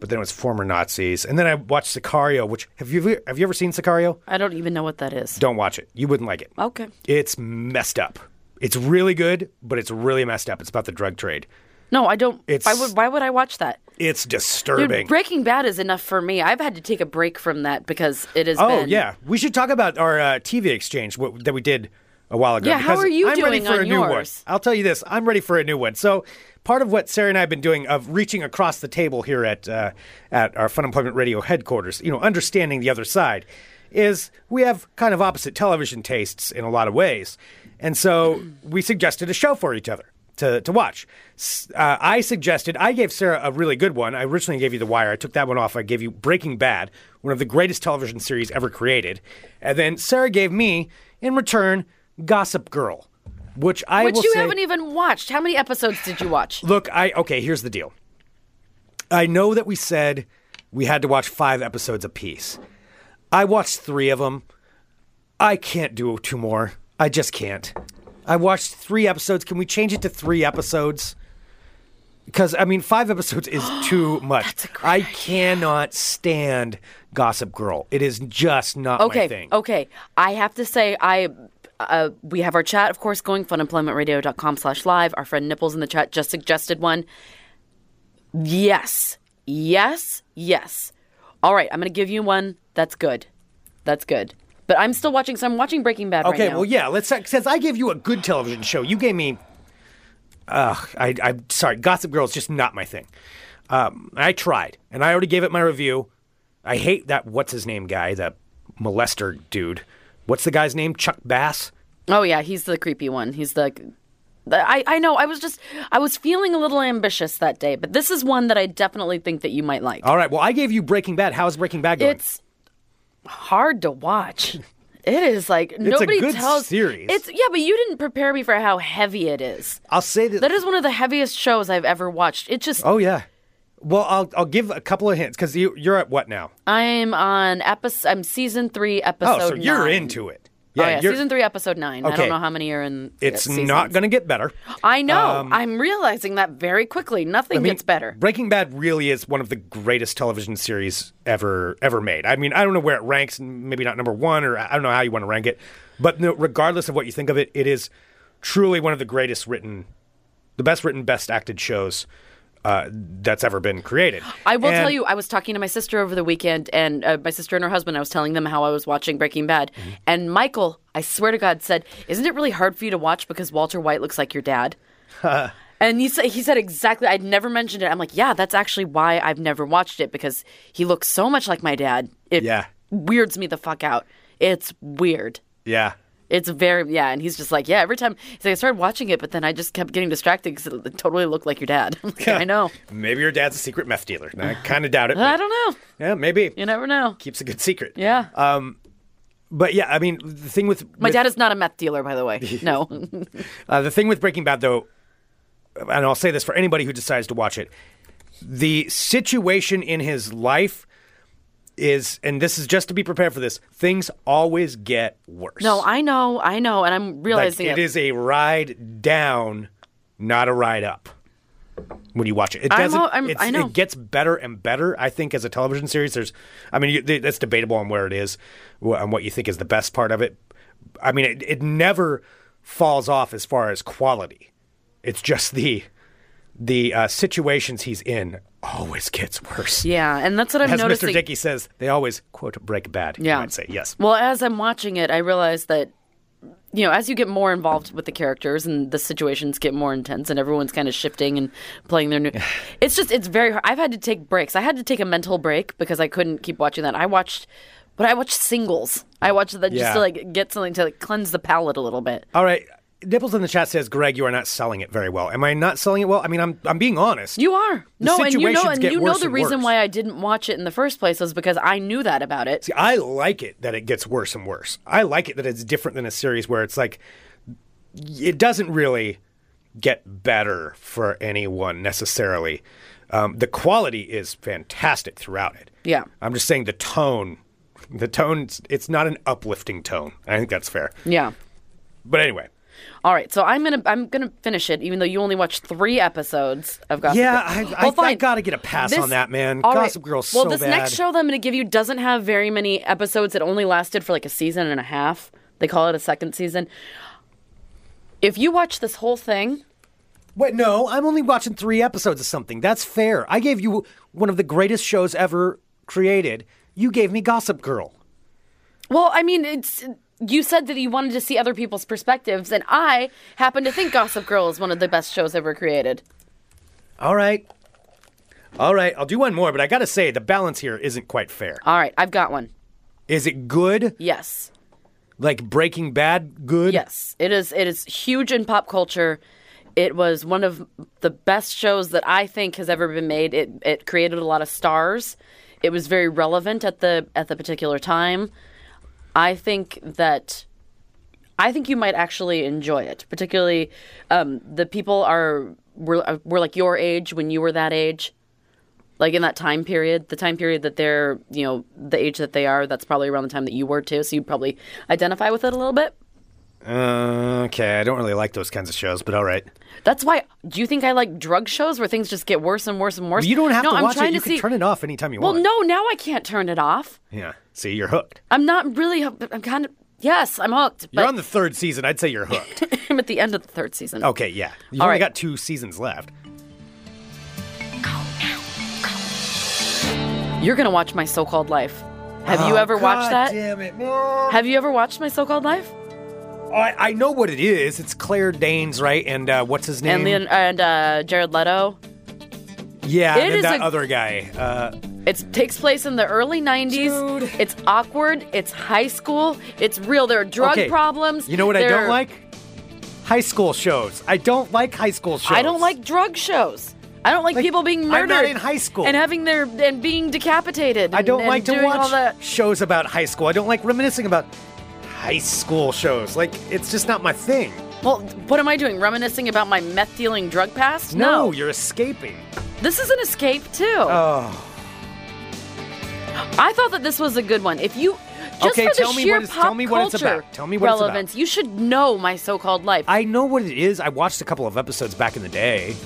E: but then it was former Nazis. And then I watched Sicario, which have you have you ever seen Sicario?
D: I don't even know what that is.
E: Don't watch it. You wouldn't like it.
D: Okay.
E: It's messed up. It's really good, but it's really messed up. It's about the drug trade.
D: No, I don't.
E: It's-
D: Why would Why would I watch that?
E: It's
D: Dude,
E: disturbing.
D: Breaking Bad is enough for me. I've had to take a break from that because it has
E: oh
D: been.
E: yeah, we should talk about our uh, TV exchange what, that we did a while ago.
D: Yeah, how
E: because
D: are you
E: I'm ready
D: doing
E: for
D: on
E: a new one.
D: yours?
E: I'll tell you this: I'm ready for a new one. So, part of what Sarah and I have been doing of reaching across the table here at uh, at our Fun Employment Radio headquarters, you know, understanding the other side, is we have kind of opposite television tastes in a lot of ways, and so we suggested a show for each other. To, to watch, S- uh, I suggested I gave Sarah a really good one. I originally gave you The Wire. I took that one off. I gave you Breaking Bad, one of the greatest television series ever created, and then Sarah gave me in return Gossip Girl, which I
D: Which
E: will
D: you
E: say,
D: haven't even watched. How many episodes did you watch?
E: Look, I okay. Here's the deal. I know that we said we had to watch five episodes apiece. I watched three of them. I can't do two more. I just can't. I watched three episodes. Can we change it to three episodes? Because I mean, five episodes
D: [gasps]
E: is too much. I cannot stand Gossip Girl. It is just not my
D: okay
E: thing.
D: okay i have to say i uh, we have our chat of course going funemploymentradio.com slash live our friend nipples in the chat just suggested one yes yes yes all right i'm gonna give you one that's good that's good but i'm still watching so i'm watching breaking bad
E: Okay,
D: right now.
E: well, yeah. Let's uh, since I gave you a good television show, you gave me. Ugh, I, I'm sorry. Gossip Girl is just not my thing. Um, I tried, and I already gave it my review. I hate that what's his name guy, that molester dude. What's the guy's name? Chuck Bass.
D: oh yeah he's the creepy one he's the the- I, I know I was just I was feeling a little ambitious that day, but this is one that I definitely think that you might like.
E: All right. Well, I gave you Breaking Bad. How's Breaking Bad going?
D: It's hard
E: [laughs]
D: to watch. It is like nobody
E: good
D: tells
E: series.
D: It's yeah, but you didn't prepare me for how heavy it is.
E: I'll say that.
D: That is one of the heaviest shows I've ever watched. It just
E: oh yeah. Well, I'll I'll give a couple of hints because you you're at what now?
D: I'm on episode. I'm season three,
E: Oh,
D: episode.
E: so you're
D: nine.
E: into it.
D: Oh, yeah,
E: you're-
D: season three, episode nine. I
E: Okay.
D: don't know how many are in. uh,
E: It's not Um, going to get better.
D: I know. I'm realizing that very quickly. Nothing
E: mean,
D: gets better.
E: Breaking Bad really is one of the greatest television series ever ever made. I mean, I don't know where it ranks, n- maybe not number one, or I I don't know how you want to rank it, but no, regardless of what you think of it, it is truly one of the greatest written, the best written, best acted shows uh, that's ever been created.
D: I will tell
E: And-
D: you, I was talking to my sister over the weekend, and uh, my sister and her husband. I was telling them how I was watching Breaking Bad,
E: Mm-hmm.
D: and Michael, I swear to God, said, "Isn't it really hard for you to watch because Walter White looks like
E: [laughs]
D: your dad?" and he said, "He said exactly. I'd never mentioned it. I'm like, yeah, that's actually why I've never watched it because he looks so much like my dad. It
E: Yeah.
D: weirds me the fuck out. It's weird."
E: yeah.
D: It's very yeah, and he's just like yeah. Every time he's like, I started watching it, but then I just kept getting distracted because it totally looked like your dad. [laughs] I'm
E: [laughs]
D: like, I know.
E: Maybe your dad's a secret meth dealer. I kind of
D: [laughs]
E: doubt it.
D: I
E: but-
D: don't know.
E: yeah, maybe
D: You never know.
E: keeps a good secret.
D: Yeah.
E: Um, but yeah, I mean, the thing with
D: My dad is not a meth dealer, by
E: [laughs]
D: the way. No.
E: Uh, the thing with Breaking Bad, though, and I'll say this for anybody who decides to watch it, the situation in his life is, and this is just to be prepared for this, things always get worse.
D: no, I know, I know, and I'm
E: like,
D: realizing
E: it
D: it.
E: is a ride down, not a ride up. When you watch it, it
D: I'm
E: doesn't.
D: all- I'm-
E: it's-
D: I know.
E: It gets better and better. I think as a television series, there's. I mean, you, th- that's debatable on where it is, wh- on what you think is the best part of it. I mean, it, it never falls off as far as quality. It's just the the uh, situations he's in always gets worse.
D: Yeah, and that's what I'm
E: As
D: noticing.
E: Mr. Dickey says, they always quote break bad. you
D: yeah.
E: might say yes.
D: Well, as I'm watching it, I realize that you know, as you get more involved with the characters and the situations get more intense and everyone's kind of shifting and
E: [sighs]
D: playing their new It's just it's very hard. I've had to take breaks. I had to take a mental break because I couldn't keep watching that. I watched but I watched singles. I watched that just
E: Yeah.
D: to like get something to like cleanse the palate a little bit.
E: All right. Nipples in the chat says, Greg, you are not selling it very well. Am I not selling it well? I mean, I'm I'm being honest.
D: You are
E: The
D: no, and you know,
E: situations
D: and
E: get
D: you know
E: worse
D: the
E: and
D: reason
E: worse.
D: why I didn't watch it in the first place was because I knew that about it.
E: See, I like it that it gets worse and worse. I like it that it's different than a series where it's like it doesn't really get better for anyone necessarily. Um, the quality is fantastic throughout it.
D: Yeah.
E: I'm just saying the tone, the tone, it's- it's not an uplifting tone. I think that's fair.
D: Yeah.
E: But anyway,
D: All right, so I'm gonna I'm gonna finish it, even though you only watched three episodes of Gossip.
E: Yeah,
D: Girl.
E: I- I- I
D: well, fine.
E: gotta get a pass
D: This-
E: on that, man.
D: all right.
E: Gossip Girl's
D: well,
E: so
D: this
E: bad.
D: next show that I'm gonna give you doesn't have very many episodes. It only lasted for like a season and a half. They call it a second season. If you watch this whole thing,
E: wait, no, I'm only watching three episodes of something. That's fair. I gave you one of the greatest shows ever created. You gave me Gossip Girl.
D: well, I mean, it's you said that you wanted to see other people's perspectives, and I happen to think Gossip Girl is one of the best shows ever created.
E: All right. All right, I'll do one more, but I gotta say, the balance here isn't quite fair.
D: All right, I've got one.
E: Is it good?
D: Yes.
E: Like Breaking Bad good?
D: Yes, it is. It is huge in pop culture. It was one of the best shows that I think has ever been made. It it created a lot of stars. It was very relevant at the at the particular time. I think that I think you might actually enjoy it, particularly um, the people are were, uh, were like your age when you were that age. Like in that time period, the time period that they're, you know, the age that they are, that's probably around the time that you were too. So you probably identify with it a little bit.
E: Uh, okay, I don't really like those kinds of shows, but all right.
D: That's why. Do you think I like drug shows where things just get worse and worse and worse?
E: You don't have
D: no,
E: to
D: I'm
E: watch
D: trying
E: it. You
D: to
E: can
D: see.
E: turn it off anytime you
D: well,
E: want.
D: no, now I can't turn it off.
E: Yeah. See, you're hooked.
D: I'm not really. I'm kind of. Yes, I'm hooked. But
E: you're on the third season. I'd say you're hooked.
D: [laughs] I'm at the end of the third season.
E: okay, yeah. You've
D: All
E: only
D: right.
E: got two seasons left.
D: You're gonna watch my so-called life. Have
E: Oh,
D: you ever watched that?
E: Damn it. No.
D: Have you ever watched my so-called life?
E: I, I know what it is. It's Claire Danes, right? And uh, what's his name?
D: And Leon, and uh, Jared Leto.
E: yeah,
D: It
E: and then
D: is
E: that
D: a-
E: other guy. Uh,
D: It takes place in the early 90s.
E: Dude.
D: It's awkward. It's high school. It's real. There are drug
E: okay.
D: problems.
E: You know what I
D: There
E: don't
D: are-
E: like? High school shows. I don't like high school shows.
D: I don't like drug shows. I don't like,
E: Like,
D: people being
E: I'm not
D: murdered
E: in high school.
D: and having their and being decapitated.
E: I don't
D: and-
E: like
D: and
E: to
D: doing all
E: watch
D: that.
E: shows about high school. I don't like reminiscing about high school shows. Like it's just not my thing.
D: Well, what am I doing? Reminiscing about my meth dealing drug past?
E: No, Oh. you're escaping.
D: this is an escape too. [gasps] I thought that this was a good one. If you just
E: Okay,
D: for the
E: tell me
D: sheer
E: what it's-
D: pop
E: tell me what it's
D: culture
E: about. Tell me what it's about.
D: relevance, you should know my so-called life.
E: I know what it is. I watched a couple of episodes back in the day.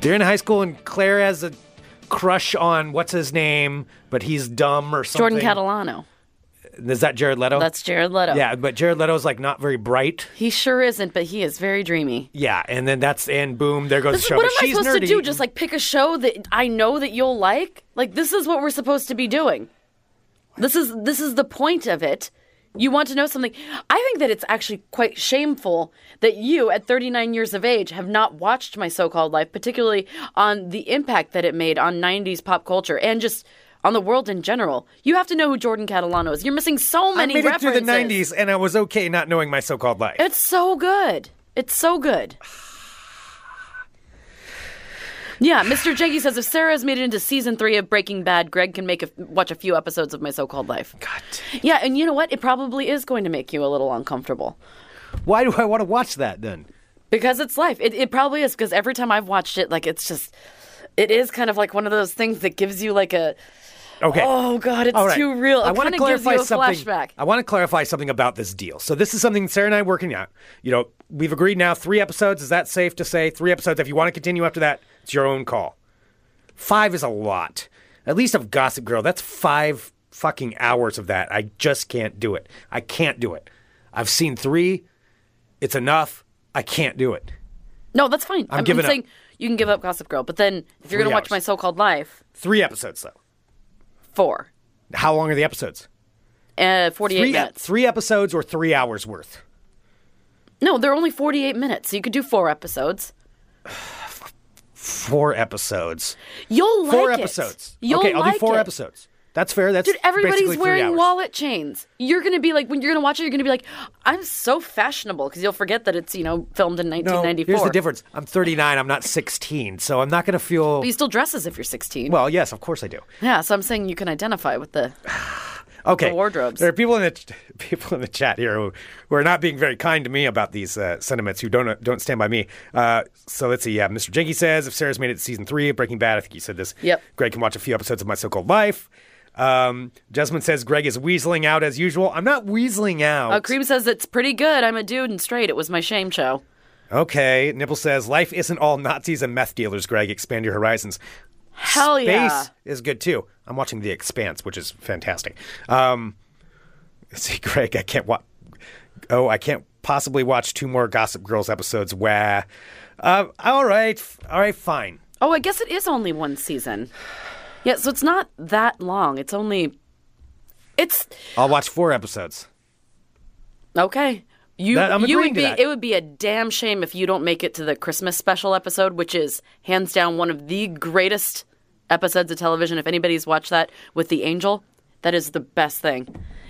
E: They're in high school and Claire has a crush on what's his name, but he's dumb or something.
D: Jordan Catalano.
E: Is that Jared Leto?
D: That's Jared Leto.
E: Yeah, but Jared Leto's like not very bright.
D: He sure isn't, but he is very dreamy.
E: Yeah, and then that's and boom, there goes
D: This
E: the
D: is,
E: show.
D: what am
E: But
D: I
E: she's
D: supposed to
E: nerdy.
D: do? Just like pick a show that I know that you'll like? Like this is what we're supposed to be doing. This is this is the point of it. You want to know something. I think that it's actually quite shameful that you at 39 years of age have not watched my so-called life, particularly on the impact that it made on 90s pop culture and just on the world in general. You have to know who Jordan Catalano is. You're missing so
E: I
D: many
E: made it through the
D: references.
E: '90s, and I was okay not knowing my so-called life.
D: It's so good. It's so good. Yeah, Mr. Jeggy says if Sarah has made it into season three of Breaking Bad, Greg can make a, watch a few episodes of My So-Called Life.
E: God,
D: Yeah, and you know what? It probably is going to make you a little uncomfortable
E: why do I want to watch that then?
D: because it's life. It, it probably is because every time I've watched it, like it's just, it is kind of like one of those things that gives you like a
E: Okay.
D: oh god, it's
E: All right.
D: too real. It
E: I want
D: kinda
E: to clarify
D: gives you a
E: something.
D: flashback.
E: I want to clarify something about this deal. So this is something Sarah and I are working out. You know, we've agreed now three episodes. Is that safe to say? Three episodes. If you want to continue after that, it's your own call. Five is a lot. At least of Gossip Girl, that's five fucking hours of that. I just can't do it. I can't do it. I've seen three. It's enough. I can't do it.
D: No, that's fine. I'm,
E: giving up.
D: saying you can give up Gossip Girl, but then if
E: Three
D: you're going to watch
E: hours.
D: My So-Called Life,
E: Three episodes though.
D: four.
E: How long are the episodes?
D: Uh, 48
E: Three, e-
D: minutes.
E: three episodes or three hours worth.
D: No, they're only 48 minutes, so you could do four episodes.
E: Four episodes.
D: You'll like
E: four
D: it.
E: episodes.
D: You'll
E: okay, I'll
D: like
E: do four
D: it.
E: episodes. That's fair. That's
D: Dude,
E: basically
D: everybody's
E: three
D: wearing
E: hours.
D: wallet chains. You're gonna be like, when you're gonna watch it, you're gonna be like, I'm so fashionable because you'll forget that it's you know filmed in
E: No,
D: 1994.
E: here's the difference. I'm 39. I'm not 16, so I'm not going to feel.
D: But you still dress as if you're 16.
E: Well, yes, of course I do.
D: yeah, so I'm saying you can identify with the. uh,
E: Okay,
D: The wardrobes.
E: There are people in the ch- [laughs] people in the chat here who, who are not being very kind to me about these uh, sentiments. Who don't don't stand by me. Uh, so let's see. Yeah, Mr. Jenky says if Sarah's made it to season three of Breaking Bad, I think you said this.
D: Yep.
E: Greg can watch a few episodes of My So-Called Life. Um, Jasmine says Greg is weaseling out as usual. I'm not weaseling out.
D: Oh, Cream says it's pretty good. I'm a dude and straight. It was my shame show.
E: Okay, Nipple says life isn't all Nazis and meth dealers. Greg, expand your horizons.
D: Hell
E: Space
D: yeah.
E: is good too. I'm watching The Expanse, which is fantastic. Um, [laughs] see, Greg, I can't watch. Oh, I can't possibly watch two more Gossip Girls episodes. Wah. Uh, all right, f- all right, fine.
D: Oh, I guess it is only one season. Yeah, so it's not that long. It's only. It's
E: I'll watch four episodes.
D: okay. You,
E: That- I'm
D: you
E: agreeing to
D: would be.
E: that.
D: It would be a damn shame if you don't make it to the Christmas special episode, which is hands down one of the greatest episodes of television. If anybody's watched that with the Angel, that is the best thing.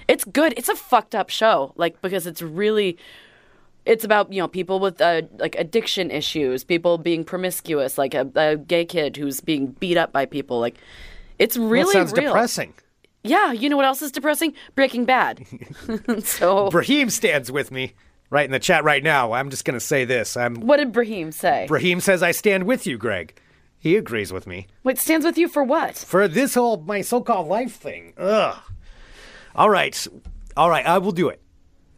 D: It's good. It's a fucked up show, like because it's really. It's about you know people with uh, like addiction issues, people being promiscuous, like a, a gay kid who's being beat up by people. Like, it's really
E: that sounds
D: real.
E: depressing.
D: Yeah, you know what else is depressing? Breaking Bad. [laughs] so,
E: Brahim stands with me right in the chat right now. I'm just gonna say this. I'm.
D: what did Brahim say?
E: Brahim says I stand with you, Greg. He agrees with me.
D: Wait, stands with you for what?
E: for this whole my so-called life thing. Ugh. All right, all right. I will do it.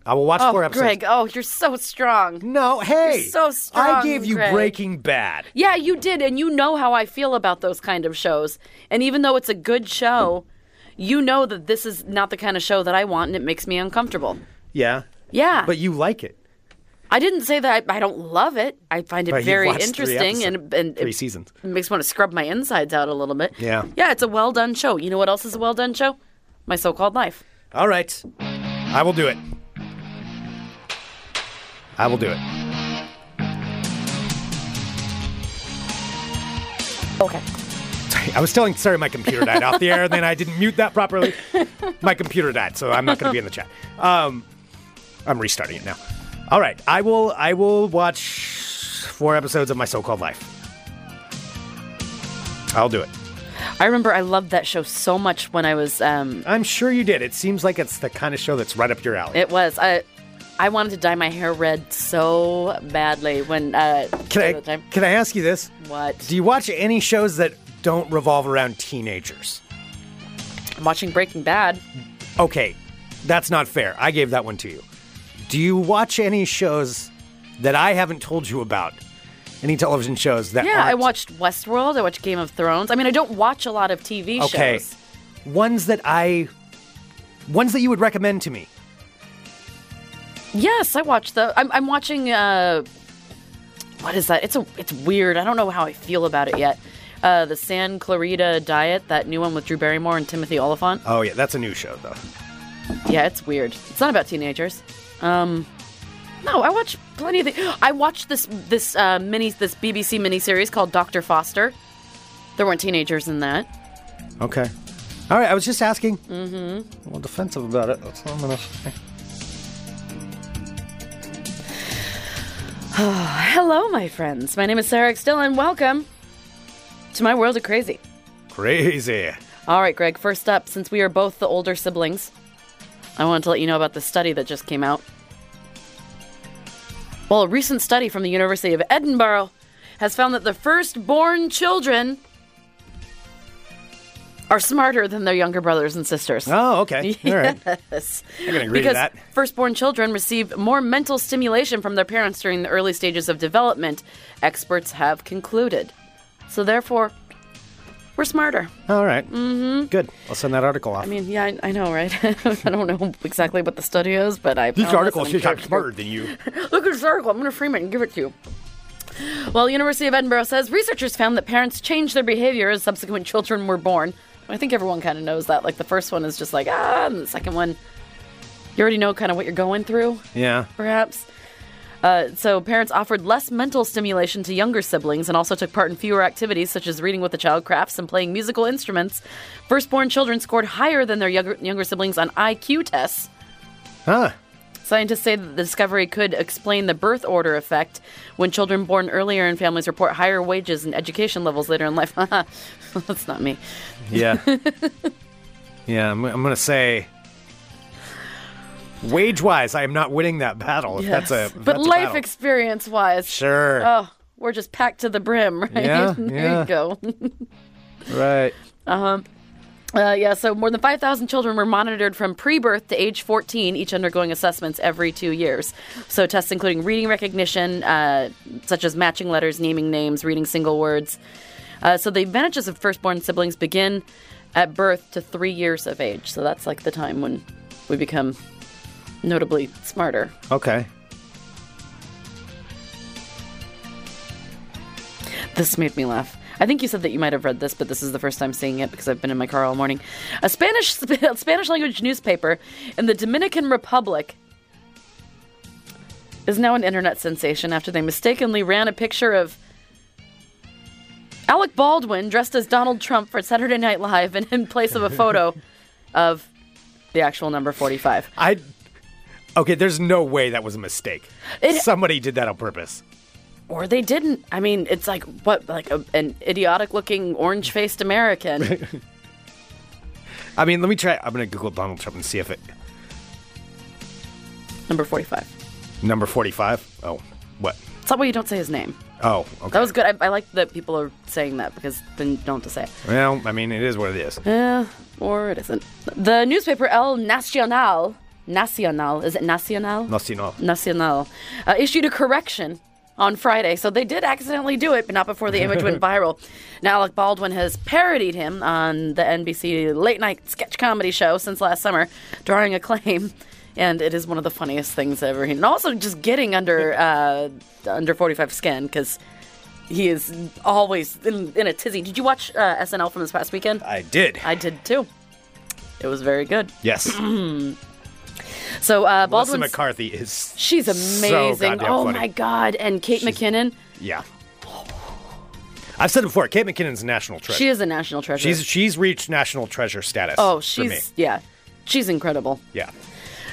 E: I will watch
D: Oh,
E: four episodes.
D: Greg, oh, you're so strong.
E: No, hey.
D: You're so
E: I
D: strong,
E: gave you
D: Greg.
E: Breaking Bad.
D: Yeah, you did, and you know how I feel about those kind of shows. And even though it's a good show, you know that this is not the kind of show that I want, and it makes me uncomfortable.
E: Yeah.
D: Yeah.
E: But you like it.
D: I didn't say that I, I don't love it. I find it
E: But you've
D: very
E: watched three
D: interesting and,
E: episodes-
D: and
E: three
D: it
E: seasons.
D: makes me want to scrub my insides out a little bit.
E: Yeah.
D: Yeah, it's a well done show. You know what else is a well done show? My so called life.
E: All right. I will do it. I will do it.
D: Okay.
E: I was telling sorry my computer died off the air, and then I didn't mute that properly. My computer died, so I'm not going to be in the chat. Um, I'm restarting it now. All right, I will. I will watch four episodes of my so-called life. I'll do it.
D: I remember I loved that show so much when I was um
E: I'm sure you did. It seems like it's the kind of show that's right up your alley.
D: it was I I wanted to dye my hair red so badly when uh
E: can
D: the
E: I
D: time.
E: can I ask you this?
D: What?
E: Do you watch any shows that don't revolve around teenagers?
D: I'm watching Breaking Bad.
E: Okay, that's not fair. I gave that one to you. Do you watch any shows that I haven't told you about? Any television shows that?
D: Yeah, I
E: aren't-
D: watched Westworld, I watched Game of Thrones. I mean I don't watch a lot of TV
E: Okay,
D: shows.
E: ones that I, ones that you would recommend to me.
D: Yes, I watched the I'm I'm watching uh what is that? It's a it's weird. I don't know how I feel about it yet. Uh, the San Clarita Diet, that new one with Drew Barrymore and Timothy Oliphant.
E: Oh yeah, that's a new show though.
D: Yeah, it's weird. It's not about teenagers. Um, no, I watch plenty of things. [gasps] I watched this this uh, mini this BBC miniseries called Doctor Foster. There weren't teenagers in that.
E: Okay. All right, I was just asking. Mm-hmm. A little defensive about it. That's all I'm gonna say.
D: Hello, my friends. My name is Sarah Still, and welcome to my world of crazy.
E: Crazy.
D: All right, Greg. First up, since we are both the older siblings, I wanted to let you know about the study that just came out. Well, a recent study from the University of Edinburgh has found that the firstborn children are smarter than their younger brothers and sisters.
E: Oh,
D: [laughs]
E: okay. All right.
D: Yes.
E: I can agree
D: Because
E: to that.
D: firstborn children receive more mental stimulation from their parents during the early stages of development, experts have concluded. So, therefore, we're smarter.
E: All Mm-hmm. Good. I'll send that article off.
D: I mean, yeah, I, I know, right? [laughs] I don't know exactly what the study is, but I.
E: These
D: found
E: articles,
D: this
E: she
D: and I'm
E: got smarter than you.
D: Look at this article. I'm going to frame it and give it to you. Well, University of Edinburgh says researchers found that parents changed their behavior as subsequent children were born. I think everyone kind of knows that. Like the first one is just like ah, and the second one, you already know kind of what you're going through,
E: Yeah.
D: perhaps. Uh, so parents offered less mental stimulation to younger siblings and also took part in fewer activities such as reading with the child, crafts, and playing musical instruments. Firstborn children scored higher than their younger, younger siblings on IQ tests.
E: Huh.
D: Scientists say that the discovery could explain the birth order effect when children born earlier in families report higher wages and education levels later in life. [laughs] That's not me. [laughs]
E: Yeah. yeah, I'm, I'm going to say. Wage wise, I am not winning that battle. If That's a.
D: but
E: that's a
D: life
E: battle.
D: experience wise,
E: Sure.
D: oh, we're just packed to the brim, [laughs] right?
E: Yeah,
D: there
E: yeah.
D: you go.
E: Right.
D: Uh, yeah, so more than 5,000 children were monitored from pre birth to age 14, each undergoing assessments every two years. So, tests including reading recognition, uh, such as matching letters, naming names, reading single words. Uh, so, the advantages of firstborn siblings begin at birth to three years of age. So, that's like the time when we become notably smarter.
E: Okay.
D: This made me laugh. I think you said that you might have read this, but this is the first time seeing it because I've been in my car all morning. A Spanish [laughs] Spanish language newspaper in the Dominican Republic is now an internet sensation after they mistakenly ran a picture of Alec Baldwin dressed as Donald Trump for Saturday Night Live and [laughs] in place of a photo of the actual number 45.
E: I. Okay, there's no way that was a mistake.
D: It-
E: Somebody did that on purpose.
D: Or they didn't. I mean, it's like what like a, an idiotic looking orange-faced American.
E: I mean, let me try. I'm going to Google Donald Trump and see if it.
D: number 45.
E: Number 45? Oh, what?
D: It's that way you don't say his name.
E: Oh, okay.
D: That was good. I, I like that people are saying that because then you don't have to say it.
E: Well, I mean, it is what it is.
D: Eh, or it isn't. The newspaper El Nacional, Nacional, is it Nacional?
E: Nacional.
D: Nacional, uh, issued a correction on Friday. So they did accidentally do it, but not before the
E: [laughs]
D: image went viral. Now, Alec Baldwin has parodied him on the NBC late night sketch comedy show since last summer, drawing acclaim. And it is one of the funniest things I've ever seen. And also just getting under uh, under 45 skin because he is always in, in a tizzy. Did you watch uh, SNL from this past weekend?
E: I did.
D: I did too. It was very good.
E: yes.
D: So uh,
E: Melissa
D: Baldwin,
E: McCarthy is.
D: she's
E: so
D: amazing.
E: goddamn
D: oh
E: funny.
D: my god! And Kate McKinnon,
E: Yeah. I've said it before. Kate McKinnon's national treasure.
D: she is a national treasure.
E: she's she's reached national treasure status.
D: oh,
E: for me.
D: she's yeah, she's incredible.
E: yeah.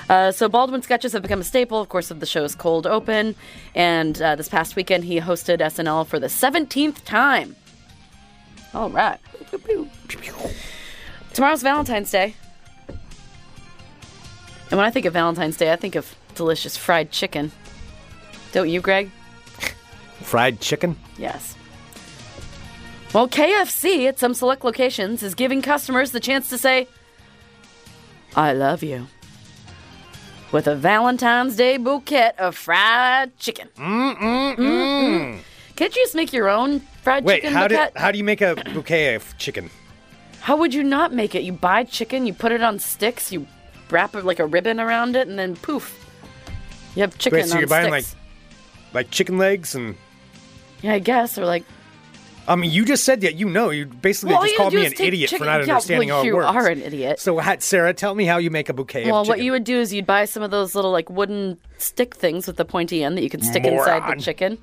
D: Uh, so Baldwin sketches have become a staple, of course, of the show's cold open. And uh, this past weekend, he hosted SNL for the seventeenth time. All right. Tomorrow's Valentine's Day. And when I think of Valentine's Day, I think of delicious fried chicken. Don't you, Greg?
E: Fried chicken.
D: Yes. Well, KFC at some select locations is giving customers the chance to say, I love you. With a Valentine's Day bouquet of fried chicken. Mm-mm-mm. Can't you just make your own fried
E: Wait,
D: chicken
E: how did
D: bouquet?
E: how do you make a bouquet of chicken?
D: How would you not make it? You buy chicken, you put it on sticks, you wrap it like a ribbon around it, and then poof. You have chicken
E: Wait, so
D: on
E: you're buying,
D: sticks.
E: Like chicken legs and
D: yeah, I guess, or like
E: I mean, you just said that you know. You basically
D: Well, all
E: just
D: you gotta
E: called
D: do
E: me
D: is
E: an
D: take
E: idiot
D: chicken-
E: for not
D: yeah, well,
E: understanding how it
D: you
E: works.
D: are an idiot.
E: So, ha- Sarah, tell me how you make a bouquet
D: Well,
E: of chicken.
D: what you would do is you'd buy some of those little like wooden stick things with the pointy end that you can stick inside
E: Moron.
D: the chicken.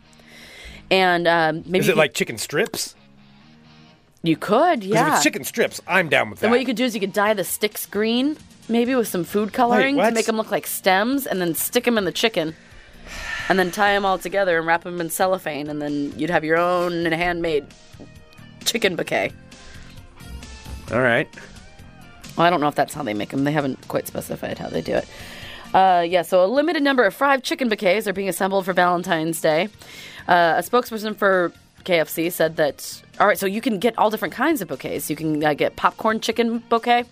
D: And um, maybe
E: Is
D: you
E: it
D: could-
E: like chicken strips?
D: you could,
E: 'Cause
D: yeah.
E: If it's chicken strips, I'm down with that.
D: then what you could do is you could dye the sticks green, maybe with some food coloring to
E: what?
D: make them look like stems, and then stick them in the chicken, and then tie them all together and wrap them in cellophane, and then you'd have your own handmade chicken bouquet.
E: All right.
D: Well, I don't know if that's how they make them. They haven't quite specified how they do it. Uh, yeah, so a limited number of fried chicken bouquets are being assembled for Valentine's Day. Uh, a spokesperson for KFC said that, all right, so you can get all different kinds of bouquets. You can uh, get popcorn chicken bouquet,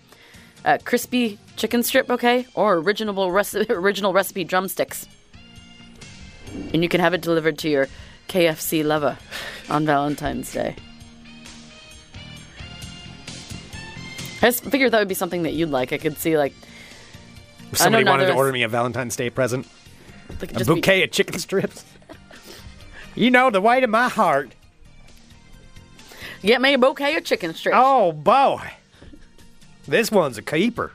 D: uh, crispy chicken strip bouquet, or original, reci- [laughs] original recipe drumsticks. And you can have it delivered to your KFC lover on Valentine's Day. I just figured that would be something that you'd like. I could see, like,
E: If somebody
D: know
E: wanted to
D: there's-
E: order me a Valentine's Day present,
D: like
E: a
D: just be-
E: bouquet of chicken strips. [laughs] you know the weight of my heart.
D: Get me a bouquet of chicken strips.
E: Oh boy, this one's a keeper.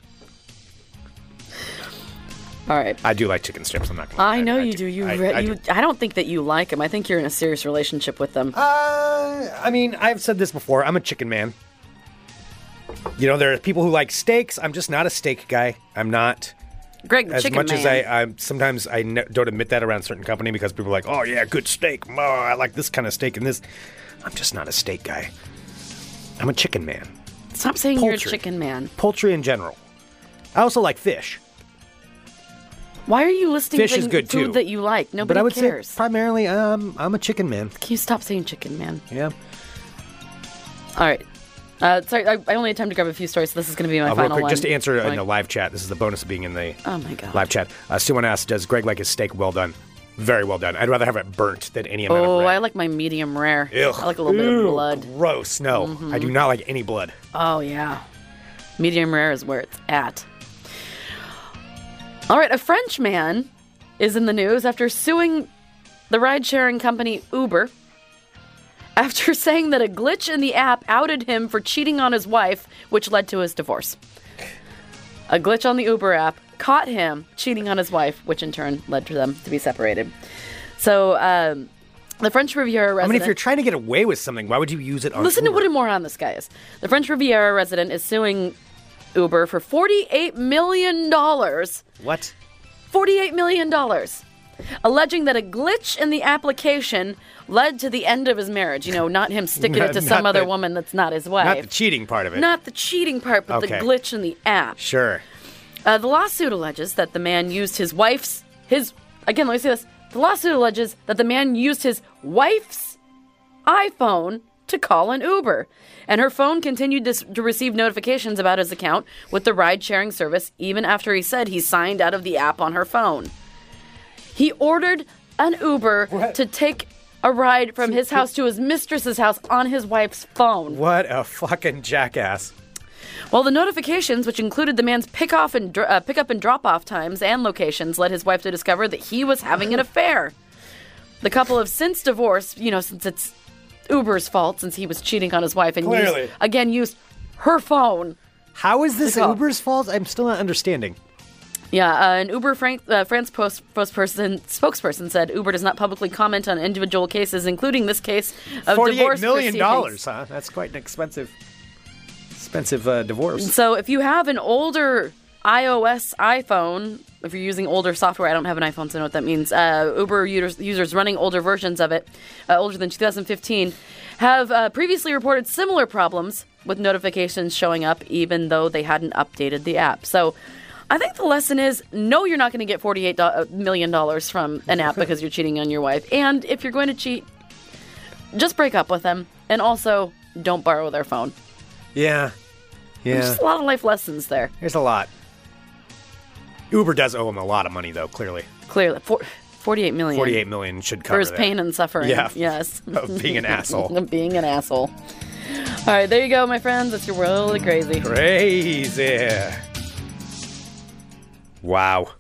D: All right.
E: I do like chicken strips. I'm not. Gonna lie.
D: I know you do. You,
E: I,
D: re-
E: I
D: you.
E: do.
D: I don't think that you like them. I think you're in a serious relationship with them.
E: Uh, I mean, I've said this before. I'm a chicken man. You know, there are people who like steaks. I'm just not a steak guy. I'm not.
D: Greg, the
E: As
D: chicken
E: much
D: man.
E: as I, I sometimes I ne- don't admit that around certain company because people are like, "Oh yeah, good steak. Oh, I like this kind of steak and this." I'm just not a steak guy. I'm a chicken man.
D: Stop saying you're a
E: Poultry.
D: chicken man.
E: Poultry in general. I also like fish,
D: Why are you listing
E: Fish is
D: thing-
E: good,
D: food
E: too.
D: that you like? Nobody
E: but I would
D: cares.
E: say primarily um, I'm a chicken man.
D: Can you stop saying chicken man?
E: Yeah.
D: All right. Uh, sorry, I, I only had time to grab a few stories, so this is going to be my
E: Uh,
D: final
E: real quick,
D: one.
E: just to answer in
D: Like-
E: the live chat. This is the bonus of being in the
D: Oh my God.
E: live chat. Uh, someone asked, "Does Greg like his steak well done?" Very well done. I'd rather have it burnt than any amount
D: Oh,
E: of red.
D: I like my medium rare.
E: Ugh.
D: I like a little bit
E: Ew,
D: of blood. Mm-hmm.
E: Gross. No, I do not like any blood.
D: Oh yeah, medium rare is where it's at. All right, a French man is in the news after suing the ride-sharing company Uber after [laughs] saying that a glitch in the app outed him for cheating on his wife, which led to his divorce. A glitch on the Uber app caught him cheating on his wife, which in turn led to them to be separated. So, um, the French Riviera
E: I
D: resident.
E: mean, if you're trying to get away with something, why would you use it on?
D: Listen to
E: Uber?
D: what a moron this guy is. The French Riviera resident is suing Uber for $48 million. $48
E: What?
D: million. Alleging that a glitch in the application led to the end of his marriage. You know, not him
E: [laughs]
D: sticking
E: Not-
D: it to some
E: not
D: other
E: the-
D: woman that's not his wife.
E: Not the cheating part of it.
D: Not the cheating part, but
E: Okay.
D: the glitch in the app.
E: sure.
D: Uh, the lawsuit alleges that the man used his wife's his again. Let me say this: the lawsuit alleges that the man used his wife's iPhone to call an Uber, and her phone continued to, s- to receive notifications about his account with the ride-sharing service even after he said he signed out of the app on her phone. He ordered an Uber
E: What?
D: to take a ride from his house to his mistress's house on his wife's phone.
E: What a fucking jackass.
D: Well, the notifications, which included the man's pick off and dr- uh, pickup and drop off times and locations, led his wife to discover that he was having an affair. The couple have since divorced. You know, since it's Uber's fault, since he was cheating on his wife and used-
E: Clearly.
D: again used her phone.
E: How is this
D: Good call.
E: Uber's fault? I'm still not understanding.
D: Yeah, uh, an Uber Frank, uh, France post, post person, spokesperson said Uber does not publicly comment on individual cases, including this case of
E: Forty-eight
D: divorce
E: million
D: proceedings.
E: dollars, huh? That's quite an expensive, expensive uh, divorce.
D: So if you have an older iOS iPhone, if you're using older software, I don't have an iPhone, so I don't know what that means. Uh, Uber users, users running older versions of it, uh, older than 2015, have uh, previously reported similar problems with notifications showing up, even though they hadn't updated the app. So. I think the lesson is no, you're not going to get $48 do- uh, million dollars from an app because you're cheating on your wife. And if you're going to cheat, just break up with them. And also, don't borrow their phone.
E: Yeah, yeah.
D: Just a lot of life lessons there.
E: There's a lot. Uber does owe him a lot of money, though. Clearly,
D: clearly for, 48 million
E: forty-eight million should cover
D: for his
E: that.
D: pain and suffering
E: Yeah.
D: yes
E: [laughs] of
D: [laughs]
E: being an asshole.
D: Of being an asshole all right there you go my friends it's your world of crazy [laughs]
E: Crazy. Wow.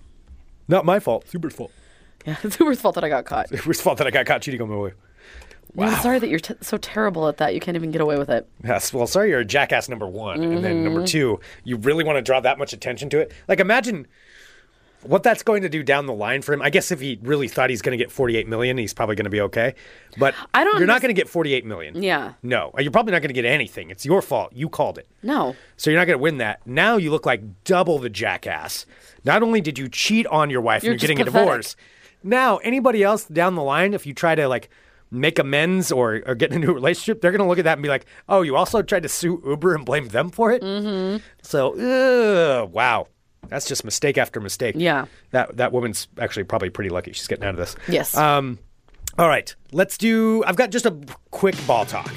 E: Not my fault. It's Uber's fault. [laughs]
D: yeah, it's Uber's fault that I got caught
E: Uber's fault that I got caught cheating on my wife.
D: Man, I'm sorry that you're t- so terrible at that you can't even get away with it
E: Yes, well, sorry, you're a jackass number one. And then
D: Mm-hmm.
E: number two, you really want to draw that much attention to it? Like, imagine what that's going to do down the line for him. I guess if he really thought he's going to get 48 million, he's probably going to be okay. But
D: I don't
E: you're not
D: underst-
E: going to get 48 million.
D: Yeah.
E: No, you're probably not going to get anything. It's your fault. You called it.
D: no
E: So you're not going to win that. Now you look like double the jackass. Not only did you cheat on your wife
D: You're
E: and
D: just
E: you're getting a
D: pathetic.
E: divorce, now anybody else down the line, if you try to like make amends or, or get in a new relationship, they're going to look at that and be like, oh, you also tried to sue Uber and blame them for it? Mm-hmm. So, ugh, wow. That's just mistake after mistake.
D: Yeah.
E: That, that woman's actually probably pretty lucky she's getting out of this.
D: yes
E: Um, all right, let's do. I've got just a quick ball talk.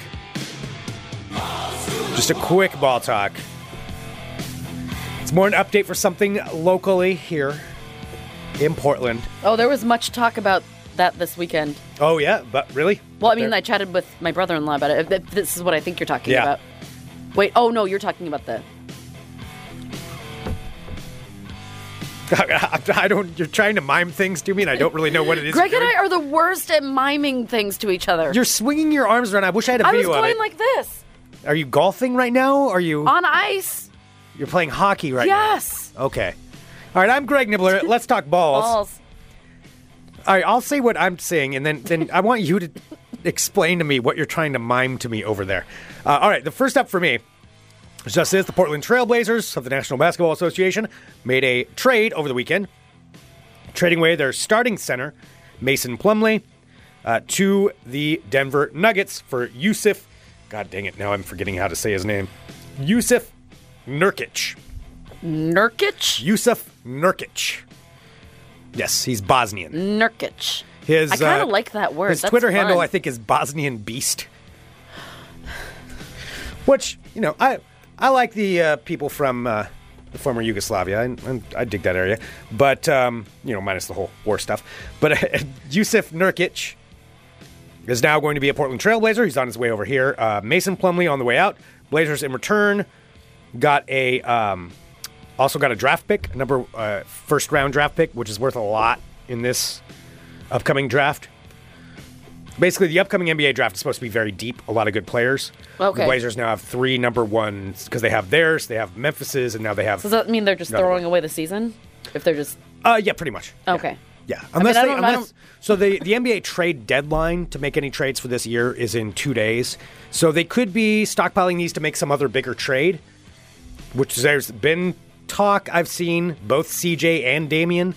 E: Just a quick ball talk. It's more an update for something locally here in Portland.
D: oh there was much talk about that this weekend
E: Oh yeah, but really? [laughs]
D: well I mean
E: There-
D: I chatted with my brother-in-law about it Th- this is what I think you're talking
E: Yeah.
D: about wait oh no you're talking about the
E: I don't. You're trying to mime things to me, and I don't really know what it is.
D: Greg
E: you're
D: and I
E: doing.
D: are the worst at miming things to each other
E: You're swinging your arms around. I wish I had a
D: I was
E: video of
D: going
E: it.
D: like Uh, this
E: are you golfing right now? Are you?
D: on ice
E: You're playing hockey right now.
D: yes
E: Okay. All right, I'm Greg
D: [laughs]
E: Nibbler. Let's talk balls.
D: Balls.
E: All right, I'll say what I'm saying, and then then I want you to explain to me what you're trying to mime to me over there. Uh, all right, the first up for me. is Just this, the Portland Trailblazers of the National Basketball Association made a trade over the weekend, trading away their starting center, Mason Plumley, uh, to the Denver Nuggets for Yusuf. God dang it, now I'm forgetting how to say his name. Yusuf Nurkic.
D: Nurkic?
E: Yusuf Nurkic. Yes, he's Bosnian.
D: Nurkic.
E: His
D: I kind
E: uh,
D: of like that word.
E: His
D: That's
E: Twitter handle,
D: fun.
E: I think, is Bosnian Beast. Which you know, I I like the uh, people from uh, the former Yugoslavia. I, I, I dig that area, but um, you know, minus the whole war stuff. But [laughs] uh, Yusuf Nurkic is now going to be a Portland Trailblazer. He's on his way over here. Uh, Mason Plumley on the way out. Blazers in return got a um, also got a draft pick, a number uh, first round draft pick, which is worth a lot in this upcoming draft. Basically, the upcoming NBA draft is supposed to be very deep. A lot of good players.
D: Okay.
E: The Blazers now have three number ones because they have theirs, they have Memphis's, and now they have.
D: Does that mean they're just
E: Another
D: throwing
E: one.
D: away the season? If they're just
E: Uh, yeah, pretty much. Yeah.
D: okay.
E: Yeah, unless
D: I
E: they,
D: don't- I
E: unless,
D: don't-
E: so the the NBA trade deadline to make any trades for this year is in two days, so they could be stockpiling these to make some other bigger trade, which there's been talk I've seen both CJ and Damian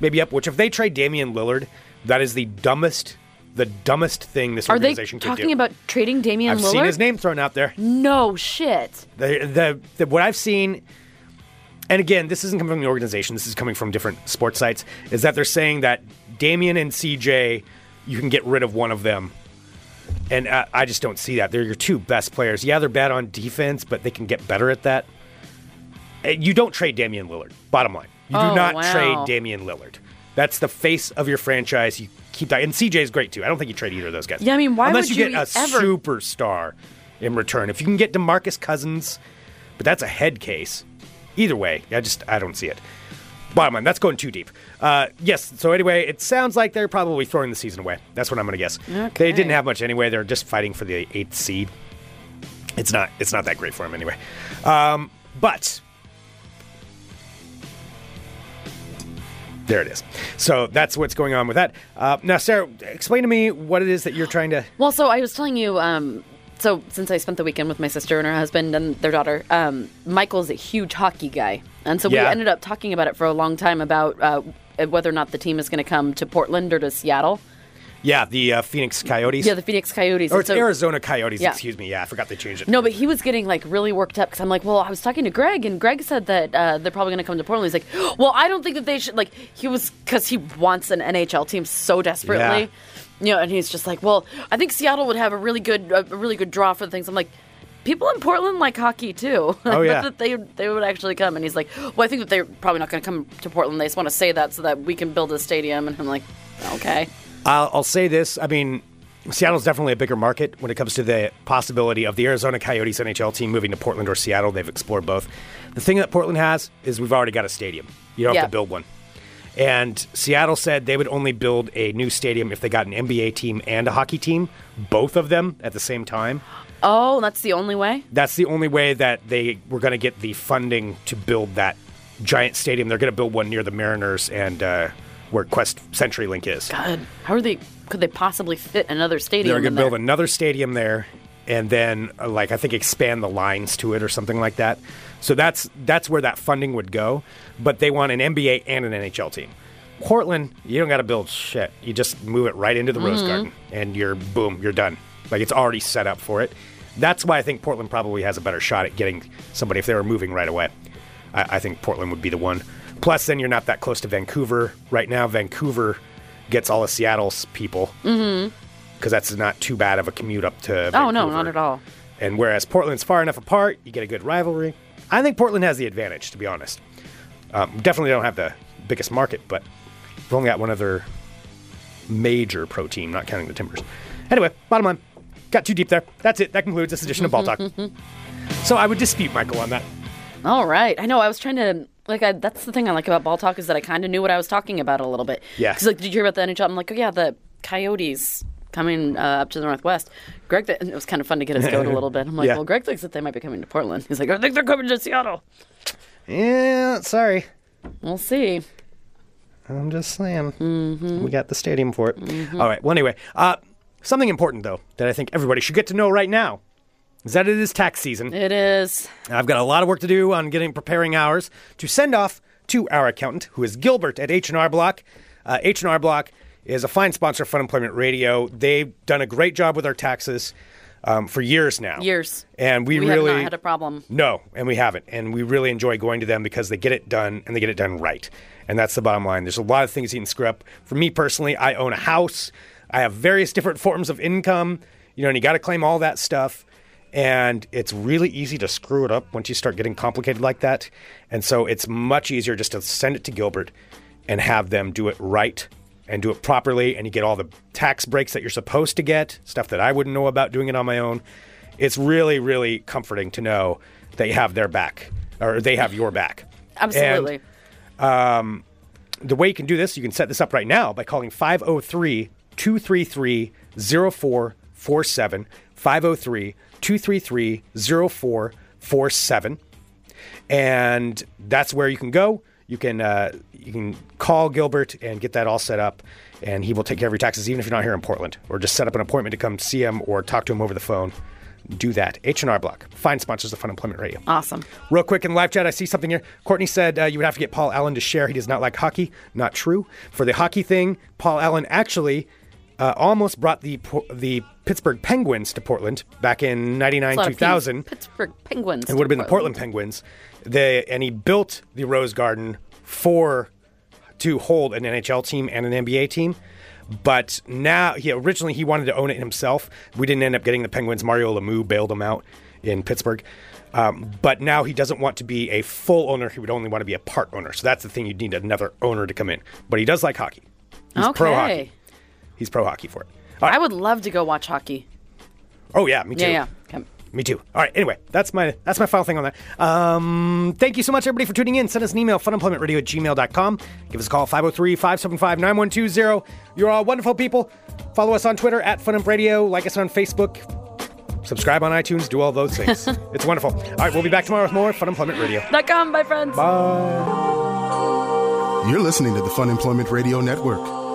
E: maybe up. Which if they trade Damian Lillard, that is the dumbest the dumbest thing this
D: Are they
E: organization could
D: talking
E: do.
D: about trading Damian
E: I've
D: Lillard?
E: seen his name thrown out there.
D: No shit.
E: The, the, the what I've seen, and again, this isn't coming from the organization. This is coming from different sports sites. Is that they're saying that Damian and CJ, you can get rid of one of them, and I, I just don't see that. They're your two best players. Yeah, they're bad on defense, but they can get better at that. Uh, You don't trade Damian Lillard. Bottom line, you
D: Oh,
E: do not
D: wow.
E: trade Damian Lillard. That's the face of your franchise. You keep that, and CJ is great too. I don't think you trade either of those guys.
D: Yeah, I mean, why
E: unless
D: would
E: you
D: you
E: get a
D: ever-
E: superstar in return? If you can get Demarcus Cousins, but that's a head case. Either way, I just I don't see it. Bottom line, that's going too deep. Uh, yes. So anyway, it sounds like they're probably throwing the season away. That's what I'm going to guess. They
D: Okay.
E: didn't have much anyway. They're just fighting for the eighth seed. It's not. It's not that great for them anyway. Um, but there it is. So that's what's going on with that. Uh, now, Sarah, explain to me what it is that you're trying to.
D: Well, so I was telling you, um, so since I spent the weekend with my sister and her husband and their daughter, um, Michael's a huge hockey guy. And so
E: Yeah.
D: we ended up talking about it for a long time about uh, whether or not the team is going to come to Portland or to Seattle.
E: Yeah, the uh, Phoenix Coyotes.
D: Yeah, the Phoenix Coyotes.
E: or
D: And
E: it's
D: so-
E: Arizona Coyotes.
D: Yeah.
E: Excuse me. Yeah, I forgot they changed it.
D: No, but he was getting like really worked up because I'm like, well, I was talking to Greg, and Greg said that uh, they're probably going to come to Portland. He's like, well, I don't think that they should. Like, he was because he wants an NHL team so desperately, you know. And he's just like, well, I think Seattle would have a really good, a really good draw for the things. I'm like. People in Portland like hockey too. [laughs] I
E: Oh,
D: bet
E: yeah.
D: that they they would actually come. And he's like, "Well, I think that they're probably not going to come to Portland. They just want to say that so that we can build a stadium." And I'm like, "Okay."
E: I'll, I'll say this. I mean, Seattle's definitely a bigger market when it comes to the possibility of the Arizona Coyotes NHL team moving to Portland or Seattle. They've explored both. The thing that Portland has is we've already got a stadium. You don't have
D: Yeah.
E: to build one. And Seattle said they would only build a new stadium if they got an NBA team and a hockey team, both of them at the same time.
D: Oh, that's the only way.
E: That's the only way that they were going to get the funding to build that giant stadium. They're going to build one near the Mariners and uh, where Quest CenturyLink is.
D: God, Uh, how are they? Could they possibly fit another stadium?
E: They're
D: in
E: going to
D: there?
E: build another stadium there, and then uh, like I think expand the lines to it or something like that. So that's that's where that funding would go. But they want an NBA and an NHL team. Portland, you don't got to build shit. You just move it right into the Rose
D: Mm-hmm.
E: Garden, and you're boom, you're done. Like it's already set up for it. That's why I think Portland probably has a better shot at getting somebody if they were moving right away. I, I think Portland would be the one. Plus, then you're not that close to Vancouver right now. Vancouver gets all of Seattle's people because that's not too bad of a commute up to.
D: Oh, no,
E: Vancouver.
D: not at all.
E: And whereas Portland's far enough apart, you get a good rivalry. I think Portland has the advantage, to be honest. Um, definitely don't have the biggest market, but we've only got one other major pro team, not counting the Timbers. Anyway, bottom line, got too deep there. That's it. That concludes this edition of Ball
D: [laughs]
E: Talk. so I would dispute Michael on that.
D: All right. I know. I was trying to like. I, that's the thing I like about ball talk is that I kind of knew what I was talking about a little bit.
E: Yeah.
D: Because like, did you hear about the NHL? I'm like, oh yeah, the Coyotes coming uh, up to the Northwest. Greg, th- it was kind of fun to
E: [laughs]
D: get his goat a little bit. I'm like,
E: Yeah.
D: well, Greg thinks that they might be coming to Portland. He's like, I think they're coming to Seattle.
E: Yeah, sorry.
D: We'll see.
E: I'm just saying.
D: Mm-hmm.
E: We got the stadium for it. All right. Well, anyway, uh, something important, though, that I think everybody should get to know right now is that it is tax season.
D: It is.
E: I've got a lot of work to do on getting preparing ours to send off to our accountant, who is Gilbert at H&R Block. Uh, H&R Block is a fine sponsor of Fun Employment Radio. They've done a great job with our taxes um, for years now.
D: Years.
E: And we,
D: We have
E: really
D: not had a problem.
E: No, and we haven't. And we really enjoy going to them because they get it done and they get it done right. And that's the bottom line. There's a lot of things you can screw up. For me personally, I own a house. I have various different forms of income, you know, and you got to claim all that stuff. And it's really easy to screw it up once you start getting complicated like that. And so it's much easier just to send it to Gilbert and have them do it right and do it properly. And you get all the tax breaks that you're supposed to get, stuff that I wouldn't know about doing it on my own it's really, really comforting to know that you have their back or they have your back.
D: Absolutely.
E: And the way you can do this, you can set this up right now by calling 503 233 0447. 503 233 0447. And that's where you can go. You can uh, you can call Gilbert and get that all set up, and he will take care of your taxes, even if you're not here in Portland. Or just set up an appointment to come see him or talk to him over the phone. Do that. H and R Block. Find sponsors of Fun Employment Radio.
D: awesome.
E: Real quick in live chat, I see something here. Courtney said uh, you would have to get Paul Allen to share. He does not like hockey. Not true. For the hockey thing, Paul Allen actually uh, almost brought the Por- the Pittsburgh Penguins to Portland back in
D: A lot of
E: 99 2000.
D: Pe- Pittsburgh Penguins.
E: It would have been the Portland Penguins. They and he built the Rose Garden for to hold an NHL team and an NBA team. But now he originally he wanted to own it himself. We didn't end up getting the Penguins. Mario Lemieux bailed him out in Pittsburgh. Um, but now he doesn't want to be a full owner. He would only want to be a part owner. So that's the thing. You need another owner to come in. But he does like hockey. He's
D: okay.
E: pro hockey. He's pro hockey for it. All
D: I
E: right.
D: would love to go watch hockey.
E: Oh yeah, me too.
D: Yeah, yeah. Okay.
E: Me too. All right. Anyway, that's my that's my final thing on that. Um, thank you so much, everybody, for tuning in. Send us an email, funemploymentradio at gmail.com. Give us a call, 503-575-9120. You're all wonderful people. Follow us on Twitter at Funimp Radio. Like us on Facebook. Subscribe on iTunes. Do all those things. it's wonderful. All right. We'll be back tomorrow with more Fun Employment Radio.
D: Dot com, my friends.
A: You're listening to the Fun Employment Radio Network.